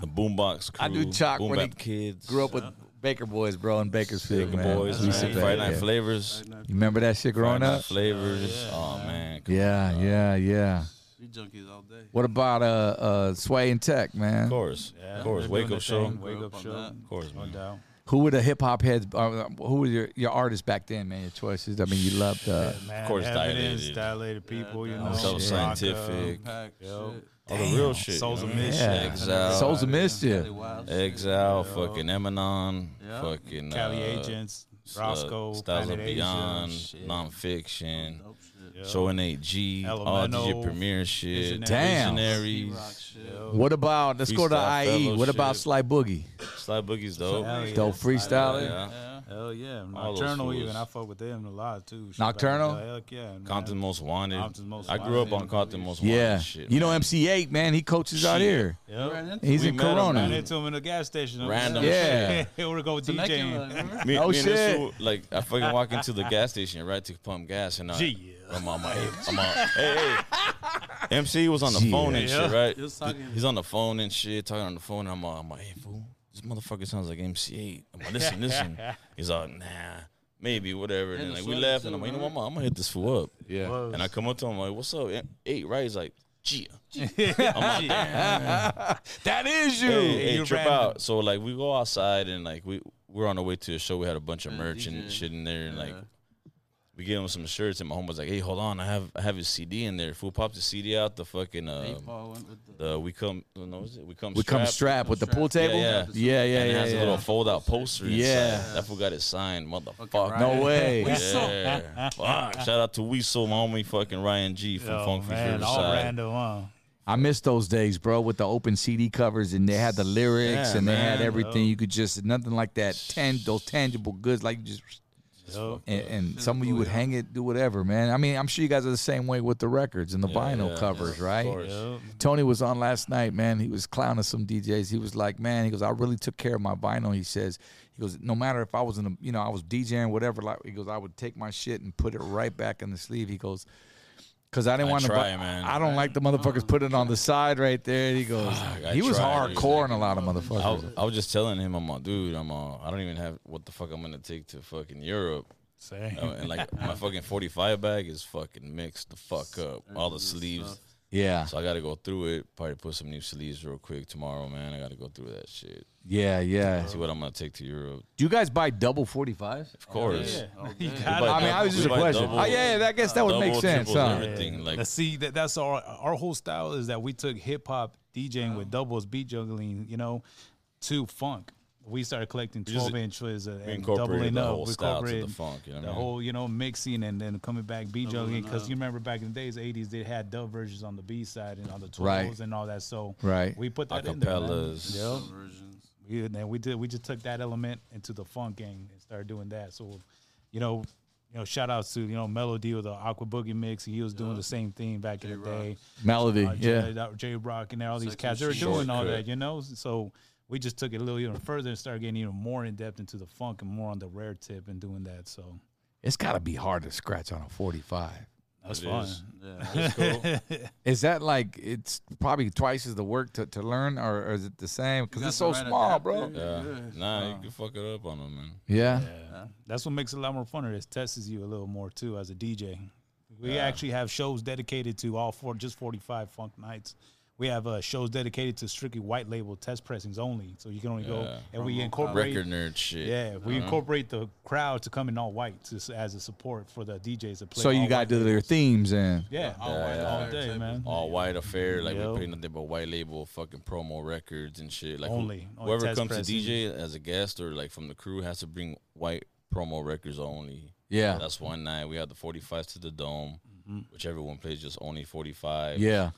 S5: The Boombox crew.
S2: I knew Chalk
S5: Boom
S2: when he
S5: Bap Kids.
S2: Grew up with Baker Boys, bro, in Bakersfield.
S5: Big
S2: man.
S5: boys.
S2: We
S5: We
S2: used to
S5: see
S2: play
S5: Friday
S2: that,
S5: Night
S2: yeah.
S5: Flavors.
S2: You remember that shit
S5: Friday
S2: growing
S5: Night
S2: up?
S5: Flavors. Oh man.
S2: Yeah, yeah, yeah.
S1: We junkies all day.
S2: What about uh, uh Sway and Tech,
S5: Of
S2: man?
S5: course. Of course.
S4: they're
S5: Wake
S4: doing
S5: up
S4: their
S5: show.
S4: thing. Wake up
S1: on
S4: show.
S1: that.
S5: Of course,
S4: No
S5: man.
S4: doubt.
S2: Who were the hip hop heads? Uh, who were your your artists back then, man? Your choices. I mean, you loved. Uh,
S4: Man,
S5: course,
S4: evidence,
S5: dilated.
S4: dilated people, you know.
S5: So
S4: Rock, uh,
S5: scientific.
S1: Pack, shit.
S5: All the real shit.
S4: Souls
S5: you know
S4: of
S5: what I mean?
S4: Mission.
S2: Yeah.
S5: Exile.
S2: Souls of
S1: They
S2: Mischief.
S1: wild shit.
S5: Exile. Fucking Eminon.
S1: Yeah.
S5: Fucking.
S4: Cali
S5: uh,
S4: Agents,
S5: Sl-
S4: Roscoe,
S5: Styles of
S4: Planet Asia,
S5: Beyond,
S4: shit.
S5: Nonfiction,
S1: Dope shit.
S4: Yeah.
S5: Showing 8G, all
S4: Elemental,
S5: DJ Premiere shit,
S4: Visionaries.
S2: Damn.
S1: Rock
S5: Visionaries,
S1: shit.
S2: What about? Let's go to
S5: Freestyle
S2: IE. What
S5: Fellowship.
S2: about Sly Boogie?
S5: Sly Boogie's dope.
S4: Hell yeah.
S2: Dope freestyling.
S5: Yeah.
S4: Hell yeah,
S5: All those
S4: Nocturnal
S5: fools.
S4: even. I fuck with them a lot too. Shit,
S2: Nocturnal?
S4: back in the day. Heck yeah. man.
S5: Compton Most Wanted.
S4: Compton Most
S5: I grew up
S4: Wanted.
S5: on Compton Most Wanted.
S2: Yeah,
S5: shit,
S2: you know
S5: man.
S2: MC8, man. He coaches out
S5: Shit.
S2: here.
S1: You ran
S4: Yep.
S1: into
S2: He's
S5: We
S2: in
S5: met him,
S2: Corona.
S4: Ran into him in the gas station.
S5: Random
S2: Yeah.
S4: Here we go
S1: Temecula,
S4: DJing.
S1: remember?
S5: Me,
S2: Oh,
S5: me and this
S2: shit.
S5: fool, like I fucking walk into the gas station right to pump gas and uh, I,
S4: Gee, yeah.
S5: I'm on my, I'm on, hey, hey, MC was on the
S2: Gee,
S5: phone and
S4: yeah.
S5: shit, right?
S1: He was talking-
S5: He's on the phone and shit, talking on the phone. And I'm, all- I'm like, hey, fool, this motherfucker sounds like MC8. I'm like, listen, listen. He's like, nah, maybe, whatever. And
S1: And
S5: then,
S1: the
S5: like we
S1: sweater
S5: left,
S1: too,
S5: and I'm like, you know
S1: right?
S5: what, I'm, gonna hit this fool up.
S2: Yeah.
S5: And I come up to him, like, what's up, M- eight, right? He's like, gee. I'm like, damn.
S2: That is you.
S5: Hey,
S4: Yeah,
S5: hey,
S4: you
S5: trip
S4: ran
S5: out. So like we go outside and like we we're on our way to a show. We had a bunch of
S1: Yeah,
S5: merch and
S1: DJ.
S5: shit in there, and like
S1: Yeah.
S5: we gave him some shirts. And my homie was like, "Hey, hold on, I have I have his CD in there." Fool popped the CD out. The fucking uh,
S1: Paul went with the-
S5: the we come no, no, is it? we come
S2: We come strapped with the pool table.
S5: Yeah,
S2: yeah, yeah, yeah.
S5: and it has
S2: yeah.
S5: a little fold out poster. inside.
S2: Yeah.
S5: that fool got it signed, motherfucker.
S1: Fucking
S2: no way.
S5: Yeah. Fuck. Shout out to Weasel, my homie, fucking Ryan G from
S4: Yo,
S5: Funk Funky
S4: man, all
S5: Riverside.
S4: random, huh?
S2: I miss those days, bro, with the open CD covers and they had the lyrics
S5: Yeah,
S2: and they had
S5: man,
S2: everything. You could just nothing like that. Tan- those tangible goods, like you just
S4: Yo.
S2: and, and some of you would hang it, do whatever, man. I mean, I'm sure you guys are the same way with the records and the vinyl
S5: yeah,
S2: covers, right?
S5: course.
S4: Yo.
S2: Tony was on last night, man. He was clowning some DJs. He was like, "Man, he goes, I really took care of my vinyl." He says, "He goes, no matter if I was in, a, you know, I was DJing whatever. Like, he goes, I would take my shit and put it right back in the sleeve." He goes, "Cause I didn't
S5: I
S2: want to,
S5: try, man.
S2: I don't like the motherfuckers putting it on the side right there." And he goes,
S5: I
S2: "He was
S5: tried, dude.
S2: hardcore on a lot of
S5: I was,
S2: motherfuckers."
S5: I was just telling him, I'm all, dude, I'm all, I don't even have what the fuck I'm gonna take to fucking Europe.
S4: Same.
S5: Uh, and like my fucking 45 bag is fucking mixed the fuck up. All the sleeves.
S2: Yeah,
S5: So I gotta go through it. Probably put some new sleeves real quick tomorrow, man. I gotta go through that shit.
S2: yeah, yeah.
S5: See what I'm gonna take to Europe.
S2: Do you guys buy double 45s?
S5: Of
S4: Oh,
S5: course.
S4: You
S5: I
S4: gotta-
S5: buy
S2: I mean, I was just a
S5: We buy
S2: question.
S5: double-
S2: oh yeah, yeah, I guess that would make
S5: double,
S2: sense.
S5: triples,
S2: Huh?
S5: everything. Like
S4: Now, see that that's our our whole style is that we took hip hop DJing with doubles, beat juggling, you know, to funk. We started collecting
S5: just-
S4: twelve inches and,
S5: we
S4: and doubling
S5: incorporated the
S4: up.
S5: whole
S4: we
S5: style to the
S4: incorporated
S5: funk, you know what
S4: the
S5: I mean?
S4: whole you know mixing and then coming back beat juggling because you remember back in the days eighties they had dub versions on the B side and on the
S2: Right.
S4: twelves and all that. So
S2: Right.
S4: we put that in there, man.
S5: Acapellas.
S4: Yep.
S1: versions.
S4: We, and then we did. We just took that element into the funk gang and started doing that. So, you know, you know, shout outs to you know Melody with the Aqua Boogie mix. He was doing the same thing back in the day.
S2: Melody,
S4: Uh,
S2: yeah.
S4: J, J Rock and all these
S1: Second
S4: cats. They were
S1: Street.
S4: doing all
S5: Shortcut.
S4: that, you know. So we just took it a little even further and started getting even more in depth into the funk and more on the rare tip and doing that. So
S2: It's got to be hard to scratch on a 45.
S4: that's
S5: It
S4: fun.
S5: is.
S1: Yeah.
S2: Is that like it's probably twice as the work to, to learn, or, or is it the same? Because
S1: got
S2: it's so
S1: the right
S2: small,
S1: adapter.
S2: bro.
S1: Yeah.
S5: yeah. Nah, you can fuck it up on them, man.
S2: Yeah.
S4: That's what makes it a lot more funner. It tests you a little more too as a DJ. We actually have shows dedicated to all four, just 45 funk nights. We have uh, shows dedicated to strictly white label test pressings only. So you can only go,
S5: Yeah.
S4: and we incorporate.
S5: Record nerd shit. Uh-huh.
S4: Yeah, we incorporate the crowd to come in all white to, as a support for the DJs that play.
S2: So
S4: all
S2: you got
S4: white
S2: to do
S4: labels.
S2: their themes and
S4: Yeah, all, white, all day, man.
S5: all white affair. Like
S4: Yep.
S5: we play nothing but white label fucking promo records and shit. Like who-
S4: Only on
S5: whoever
S4: test
S5: comes
S4: pressings.
S5: to DJ as a guest or like from the crew has to bring white promo records only.
S2: Yeah.
S5: That's one night. We had the 45s to the dome,
S4: Mm-hmm.
S5: which everyone plays just only 45.
S2: yeah.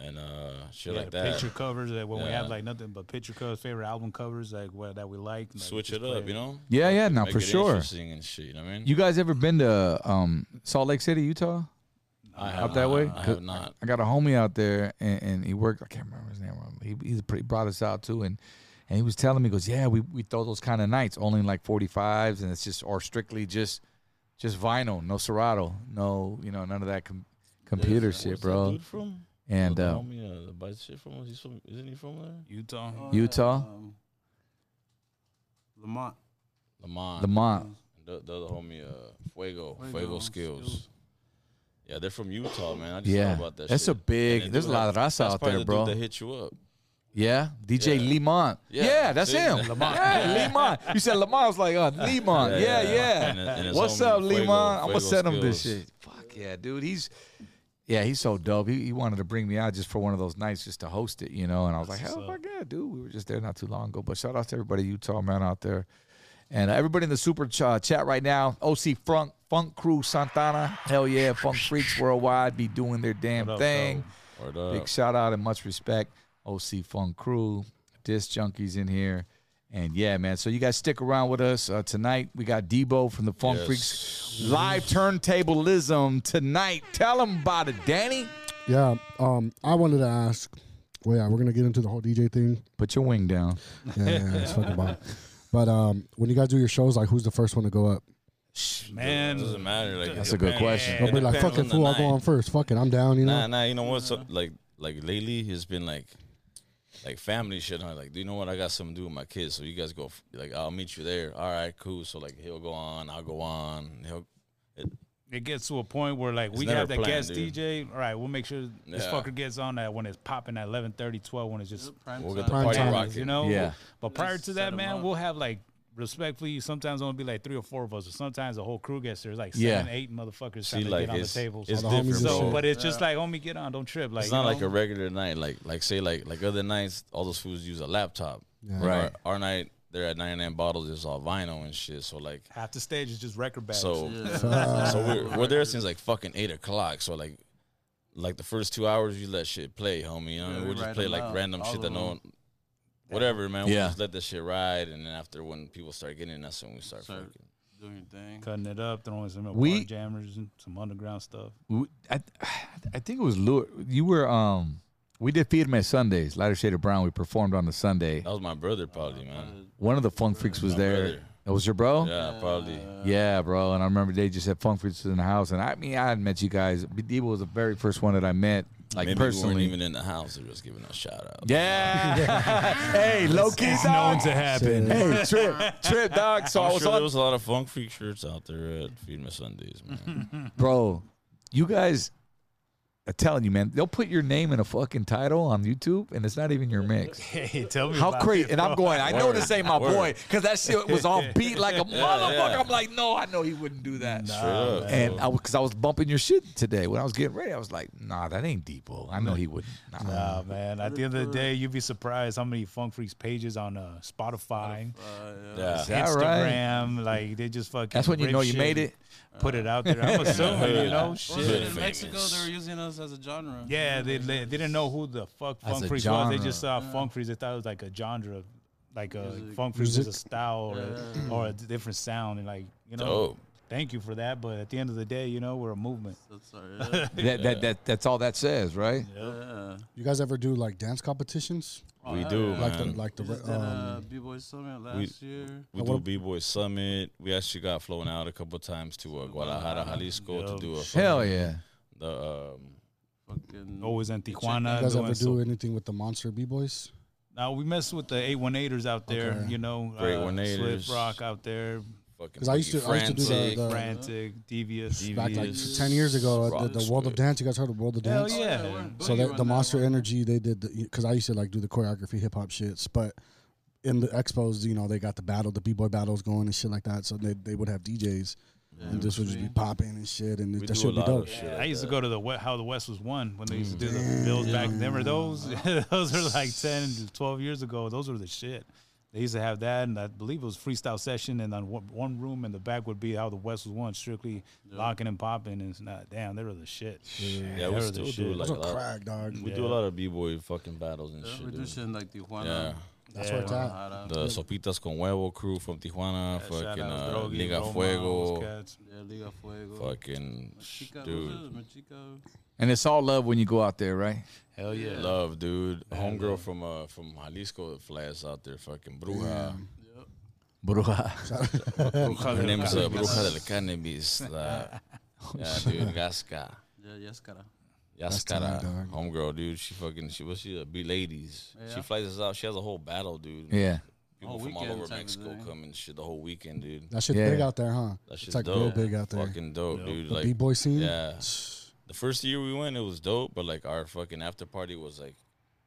S5: And uh, shit
S4: Yeah,
S5: like that.
S4: picture covers that when we have
S5: Yeah.
S4: like nothing but picture covers, favorite album covers like what that we like. like,
S5: Switch
S4: just
S5: it
S4: play
S5: up, you know?
S2: Yeah, yeah, no,
S5: Make
S2: for
S5: it
S2: sure.
S5: Interesting and shit, you know what I mean?
S2: You guys ever been to um, Salt Lake City, Utah?
S5: I have
S2: Up that
S5: not,
S2: way?
S5: I have not.
S2: I got a homie out there, and, and he worked. I can't remember his name. um, He he's pretty, brought us out too, and and he was telling me, he goes, yeah, we, we throw those kind of nights, only like forty fives, and it's just or strictly just just vinyl, no Serato, no you know none of that com- computer
S5: Where's
S2: shit,
S5: that
S2: bro.
S5: dude from?
S2: And
S5: the
S2: uh,
S5: homie, uh, the bite shit from us? He's from, isn't he from there?
S4: Utah.
S2: Utah?
S1: Um, Lamont.
S5: Lamont.
S2: Lamont,
S5: The, the other homie, uh, Fuego. Fuego,
S1: Fuego
S5: skills.
S1: Skills.
S5: Yeah, they're from Utah, man. I just
S2: yeah,
S5: thought about that.
S2: that's
S5: shit.
S2: a big.
S5: And
S2: There's a
S5: dude
S2: lot
S5: that-
S2: of us
S5: that's
S2: out
S5: probably
S2: there,
S5: the
S2: bro.
S5: Dude that hit you up.
S2: Yeah, DJ
S5: Yeah.
S2: Lemont. Yeah,
S5: Yeah,
S2: that's
S5: see?
S2: him.
S5: Lemont.
S2: Yeah, Lemont. You said Lamont. I was like, uh, Lemont. Yeah, yeah.
S5: And his- and his
S2: What's
S5: homie,
S2: up,
S5: Fuego-
S2: Lemont? I'm
S5: Fuego
S2: gonna send him this
S5: Skills.
S2: shit. Fuck yeah, dude. He's yeah, he's so dope. He, he wanted to bring me out just for one of those nights, just to host it, you know. And I was like, hell,
S4: what's
S2: fuck yeah, dude. We were just there not too long ago. But shout out to everybody, Utah man, out there, and uh, everybody in the super ch- uh, chat right now. OC Funk, Funk Crew, Santana. Hell yeah, Funk Freaks worldwide be doing their damn
S4: What up,
S2: thing.
S4: though?
S5: Word up.
S2: Big shout out and much respect, OC Funk Crew, Disc Junkies in here. And yeah, man. So you guys stick around with us uh, tonight. We got Debo from the Funk
S5: Yes.
S2: Freaks live turntablism tonight. Tell them about it, Danny.
S3: Yeah. Um, I wanted to ask. Well, yeah, we're gonna get into the whole DJ thing.
S2: Put your wing down.
S3: Yeah, yeah, yeah it's fucking bomb. But um, when you guys do your shows, like, who's the first one to go up?
S4: Man,
S5: It doesn't matter. Like
S2: That's
S5: it
S2: a good
S5: depends-
S2: question.
S5: it
S3: They'll be like,
S5: depends
S3: "Fucking
S5: on the
S3: fool, I'll go
S5: night."
S3: on first. Fuck it, I'm down." You know.
S5: Nah, nah. You know what? So, like, like lately, it's been like, like family shit. Huh? Like, do you know what? I got something to do with my kids, so you guys go. f- Like, I'll meet you there. All right, cool. So, like, he'll go on. I'll go on. He'll. It,
S4: it gets to a point where like we
S5: never
S4: have that
S5: planned,
S4: guest
S5: dude.
S4: DJ. All right, we'll make sure this
S5: Yeah.
S4: fucker gets on that when it's popping at 11, 12 when it's just
S1: Prime
S5: we'll get
S1: time.
S5: the party
S3: time.
S5: rocking.
S4: you know.
S2: Yeah.
S4: But prior to
S1: set
S4: that,
S1: 'em
S4: man,
S1: up.
S4: we'll have like respectfully. Sometimes only be like three or four of us, or sometimes the whole crew gets there. It's like
S2: Yeah.
S4: seven, eight motherfuckers
S5: See,
S4: trying to
S5: like,
S4: get on the
S5: it's,
S4: table.
S5: it's
S3: All the homies
S5: different.
S3: and
S4: so,
S3: shit.
S4: but it's just like, homie, get on, don't trip. Like,
S5: It's
S4: you
S5: not
S4: know?
S5: like a regular night. Like like say like like other nights, all those fools use a laptop.
S2: Right.
S5: Our, our night, they're at 99 bottles. It's all vinyl and shit. So like,
S4: half the stage is just record battles.
S5: so
S3: Uh,
S1: Yeah.
S5: so we're we're there since like fucking eight o'clock. So like. Like the first two hours, you let shit play, homie. You know,
S1: Yeah, we
S5: we'll just
S1: ride
S5: play
S1: them
S5: like
S1: out,
S5: random
S1: all
S5: shit
S1: of
S5: that no
S1: them.
S5: one, whatever, man. We'll
S2: Yeah.
S5: just let that shit ride, and then after when people start getting, it, that's when we start
S1: Start
S5: fucking.
S1: doing your thing.
S4: cutting it up, throwing some
S2: We-
S4: we, jammers and some underground stuff.
S2: We- I, I think it was Lou. You were um. We did Firme Sundays. Lighter Shade of Brown. We performed on the Sunday.
S5: That was my brother, probably, man.
S2: One of the Funk Freaks was
S5: My
S2: there.
S5: brother.
S2: Oh. That was your bro.
S5: Yeah, probably.
S2: Yeah, bro. And I remember they just had fun freaks in the house. And I mean, I had met you guys. Debo was the very first one that I met, like
S5: Maybe we
S2: personally.
S5: weren't even in the house. They were just giving us shout outs.
S2: yeah. hey, low key dog.
S4: happen.
S2: Hey, trip, trip dog. So i
S5: I'm
S2: was
S5: sure
S2: on,
S5: there was a lot of funk freak shirts out there at Feed Me Sundays, man.
S2: bro. You guys, I'm telling you, man. They'll put your name in a fucking title on YouTube, and it's not even your mix.
S4: Hey, tell me
S2: How
S4: about
S2: crazy!
S4: this,
S2: And I'm
S4: bro.
S2: going. I know
S5: Word.
S2: this ain't my
S5: Word.
S2: boy because that shit was on beat like a motherfucker. I'm like, no, I know he wouldn't do that.
S5: Straight up.
S2: And I because I was bumping your shit today when I was getting ready, I was like, "Nah, that ain't Debo. I know he wouldn't." Nah.
S4: Nah, man. At the end of the day, you'd be surprised how many Funk Freaks pages on uh, Spotify,
S1: Uh, yeah.
S5: yeah.
S2: that
S4: Instagram. Like Mm. they just fucking.
S2: That's when you
S4: rip
S2: know you
S4: shit
S2: made
S4: and
S2: it.
S4: Put it out there. I'm assuming you know
S1: Well,
S4: shit.
S1: in
S5: Famous.
S1: Mexico, they were using us as a genre.
S4: Yeah, they, they, they didn't know who the fuck
S2: That's
S4: Funk
S2: a
S4: Freaks was. They
S2: genre.
S4: just saw Funk Freaks. They thought it was like a genre, like a Funk Freaks was a style or, a, or a different sound. And like you know,
S5: Dope.
S4: thank you for that. But at the end of the day, you know, we're a movement.
S1: That's all right.
S2: That, that that that's all that says, right?
S1: Yeah.
S3: You guys ever do like dance competitions?
S5: We do,
S3: Like
S5: man.
S3: the like the
S1: We just did
S3: um,
S1: a B-Boy Summit last year.
S5: we do B Boy Summit. We actually got flown out a couple times to uh, Guadalajara, Jalisco to do a
S2: Hell yeah!
S5: the um,
S1: Fucking
S3: Mm.
S4: Always in
S3: you
S4: Tijuana.
S3: guys
S4: doing
S3: ever
S4: so-
S3: do anything with the monster b boys?
S4: Now we mess with the 818ers out there, you know,
S5: Great
S4: uh,
S5: 1-8ers.
S4: Swift Rock out there,
S5: fucking.
S3: 'Cause I used to- I used to do the-
S5: Frantic.
S3: the-
S4: Frantic, Devious.
S3: Uh, Back like
S5: Yes.
S3: ten years ago,
S5: Rock
S3: at the, the World of
S5: Squid.
S3: Dance. You guys heard of World of
S4: Hell
S3: Dance?
S4: yeah.
S1: we're in
S3: So
S1: Boogie
S3: that
S1: on
S3: the
S1: that
S3: Monster
S1: one.
S3: Energy, they did because I used to like do the choreography, hip hop shits, but. In the expos, you know, they got the battle, the b boy battles going and shit like that. So they, they would have DJs, and this would just be popping and shit, and
S5: We
S3: that
S5: do a
S3: should be
S5: lot
S3: dope.
S5: of shit.
S4: Yeah,
S5: like
S4: I used
S5: that.
S4: to go to the we- how the West was won when they used to do
S5: Mm.
S4: the bills back. Remember those? those were like 10, 12 years ago. Those were the shit. They used to have that, and I believe it was freestyle session. And then one, one room in the back would be how the West was won, strictly locking and popping. And it's not damn, they were the shit.
S5: Yeah, we
S4: They're the
S5: still do
S4: shit.
S5: like a
S3: Those are
S5: lot.
S3: crack, dog.
S5: We do a lot of b boy fucking battles and
S1: Yeah,
S5: shit.
S1: we do
S5: dude.
S1: shit in like Tijuana.
S5: Yeah.
S3: That's where it's at.
S5: The
S1: Guadalajara.
S5: Sopitas con Huevo crew from Tijuana,
S4: um, Yeah, shout
S5: fucking
S4: outs,
S5: uh,
S4: Drogi,
S5: Liga
S4: Roma, those
S5: Fuego,
S4: cats.
S1: Yeah, Liga Fuego.
S5: fucking sh-
S1: Machica,
S5: dude.
S1: what's it? Machica.
S2: And it's all love when you go out there, right?
S4: Hell yeah.
S5: Love, dude. Homegirl from uh from Jalisco flies out there, fucking Bruja.
S2: Bruja.
S5: Her name's uh, Bruja del Cannabis. Uh,
S3: Oh,
S5: yeah, dude, Gasca.
S1: Yeah, yes, cara.
S5: Yaskara,
S3: dog.
S5: homegirl, dude. She fucking, she was she a B ladies.
S1: Yeah.
S5: She flies us out. She has a whole battle, dude.
S2: yeah.
S5: People
S1: Whole
S5: from all
S1: weekend
S5: over
S1: type of
S5: Mexico
S1: thing.
S5: come and shit the whole weekend, dude.
S3: That shit's
S2: Yeah.
S3: big out there, huh?
S5: That shit's
S3: it's like
S5: dope.
S3: real big out there.
S5: Fucking dope, dude.
S3: The
S5: Like
S3: b-boy scene.
S5: Yeah. The first year we went, it was dope, but like our fucking after party was like,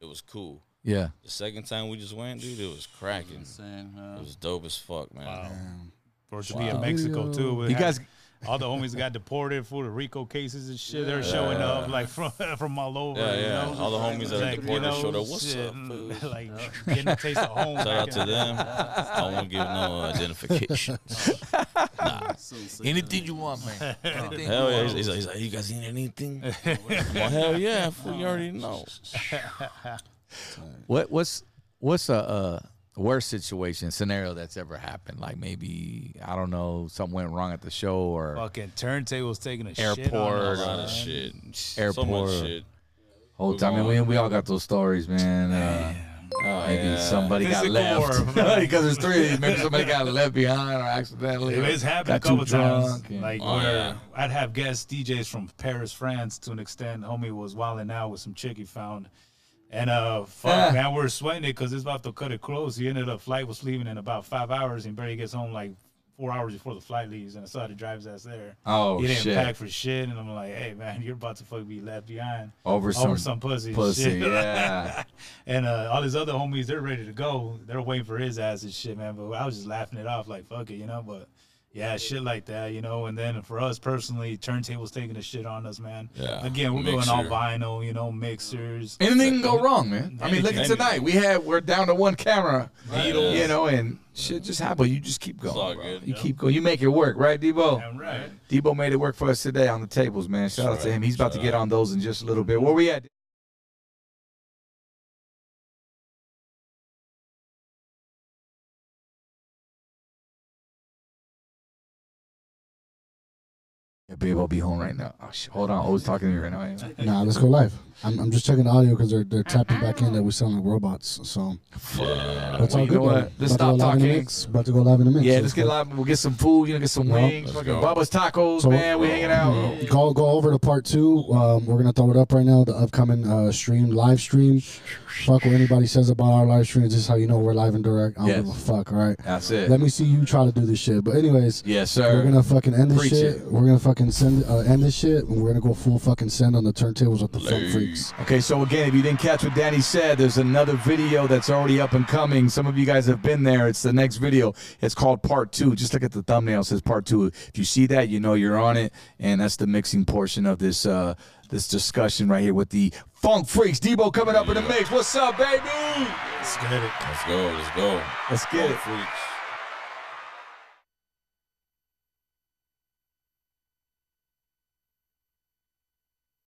S5: it was cool.
S2: Yeah.
S5: The second time we just went, dude, it was cracking.
S1: Insane.
S5: It
S1: huh?
S5: was dope as fuck, man.
S4: For it to be in Mexico too. we
S2: You
S4: had-
S2: guys-
S4: all the homies got deported for the Rico cases and shit. They're showing up like from from all over.
S5: Yeah, yeah.
S4: You know?
S5: All the homies that are
S4: Like, you
S5: deported
S4: know,
S5: showed up. What's
S4: shit,
S5: up? fool?"
S4: mm, like getting a taste of home.
S5: Shout out to them. I won't give no identification.
S1: So sick.
S7: Anything you want, man. Anything
S5: Hell
S7: you
S5: yeah.
S7: want.
S5: He's, he's like, he's like, you guys need anything? well, hell yeah. Fool, you already know.
S2: What what's what's a, uh worst situation scenario that's ever happened? Like maybe I don't know, something went wrong at the show or
S4: Fucking turntables taking a shit
S2: Airport.
S5: A
S4: on us,
S5: lot of
S4: man.
S5: shit. So
S2: Airport.
S5: much shit.
S2: whole time. I mean, we, we all got those stories, man. Uh, uh,
S5: Oh,
S2: maybe somebody
S4: Physical
S2: got left
S4: or-
S2: because there's three. of these. Maybe somebody got left behind or accidentally.
S4: It has happened a
S2: got too
S4: couple times.
S2: drunk and-
S4: Like
S5: Oh,
S4: where
S5: yeah.
S4: I'd have guest DJs from Paris, France, to an extent. Homie was wilding out with some chick he found, and uh, fuck, man, we're sweating it because it's about to cut it close. He ended up flight was leaving in about five hours, and Barry gets home like four hours before the flight leaves, and I saw the driver's ass there.
S2: Oh,
S4: he didn't
S2: shit.
S4: pack for shit, and I'm like, hey man, you're about to fuck be left behind
S2: over some,
S4: over some pussy, and
S2: pussy.
S4: shit.
S2: Yeah,
S4: And uh, all his other homies, they're ready to go. They're waiting for his ass and shit, man. But I was just laughing it off, like fuck it, you know. But yeah, shit like that, you know. And then for us personally, turntables taking the shit on us, man.
S5: Yeah.
S4: Again, we're
S5: Mixer.
S4: going all vinyl, you know, mixers.
S2: anything can go wrong, man. I mean, look at
S5: Anything.
S2: tonight. We had we're down to one camera,
S5: Needles.
S2: you know, and shit just happened. You just keep
S5: all
S2: going. bro.
S5: good,
S2: You keep going. You make it work, right, Debo?
S4: Damn right.
S2: Debo made it work for us today on the tables, man. Shout out to him. He's about to get on those in just a little bit. Where we at? Yeah, babe, I'll be home right now. Oh, shit. Hold on. O's talking to me right now. eh? Anyway.
S3: Nah, let's go live. I'm, I'm just checking the audio because they're they're tapping back in that we sound like robots. So that's
S2: Well,
S3: all
S2: you
S3: good.
S2: know what?
S3: though.
S2: Let's
S3: About to go
S2: stop
S3: live in the
S2: talking.
S3: mix. About to go live in a mix.
S2: Yeah, let's get live. We'll get some food. You know, get some wings. Fucking
S5: go.
S2: Bubba's Tacos,
S3: So- mm-hmm.
S2: man. We hanging out.
S3: Go go over to part two. Um, we're gonna throw it up right now. The upcoming uh, stream, live stream. Fuck what anybody says about our live streams. This is how you know we're live and direct. I don't
S2: Yes.
S3: give a fuck. All right.
S2: That's it.
S3: Let me see you try to do this shit. But anyways,
S2: Yes,
S3: we're
S2: sir.
S3: gonna fucking end this
S2: Preach
S3: shit.
S2: it.
S3: We're gonna fucking send uh, end this shit. And we're gonna go full fucking send on the turntables with the funk freaks.
S2: Okay, so again, if you didn't catch what Danny said, there's another video that's already up and coming. Some of you guys have been there. It's the next video. It's called Part Two. Just look at the thumbnail; it says Part Two. If you see that, you know you're on it, and that's the mixing portion of this uh, this discussion right here with the Funk Freaks. Debo coming up in the mix. What's up, baby?
S4: Let's get it.
S5: Let's go. Let's go.
S2: Let's get it.
S5: Freaks.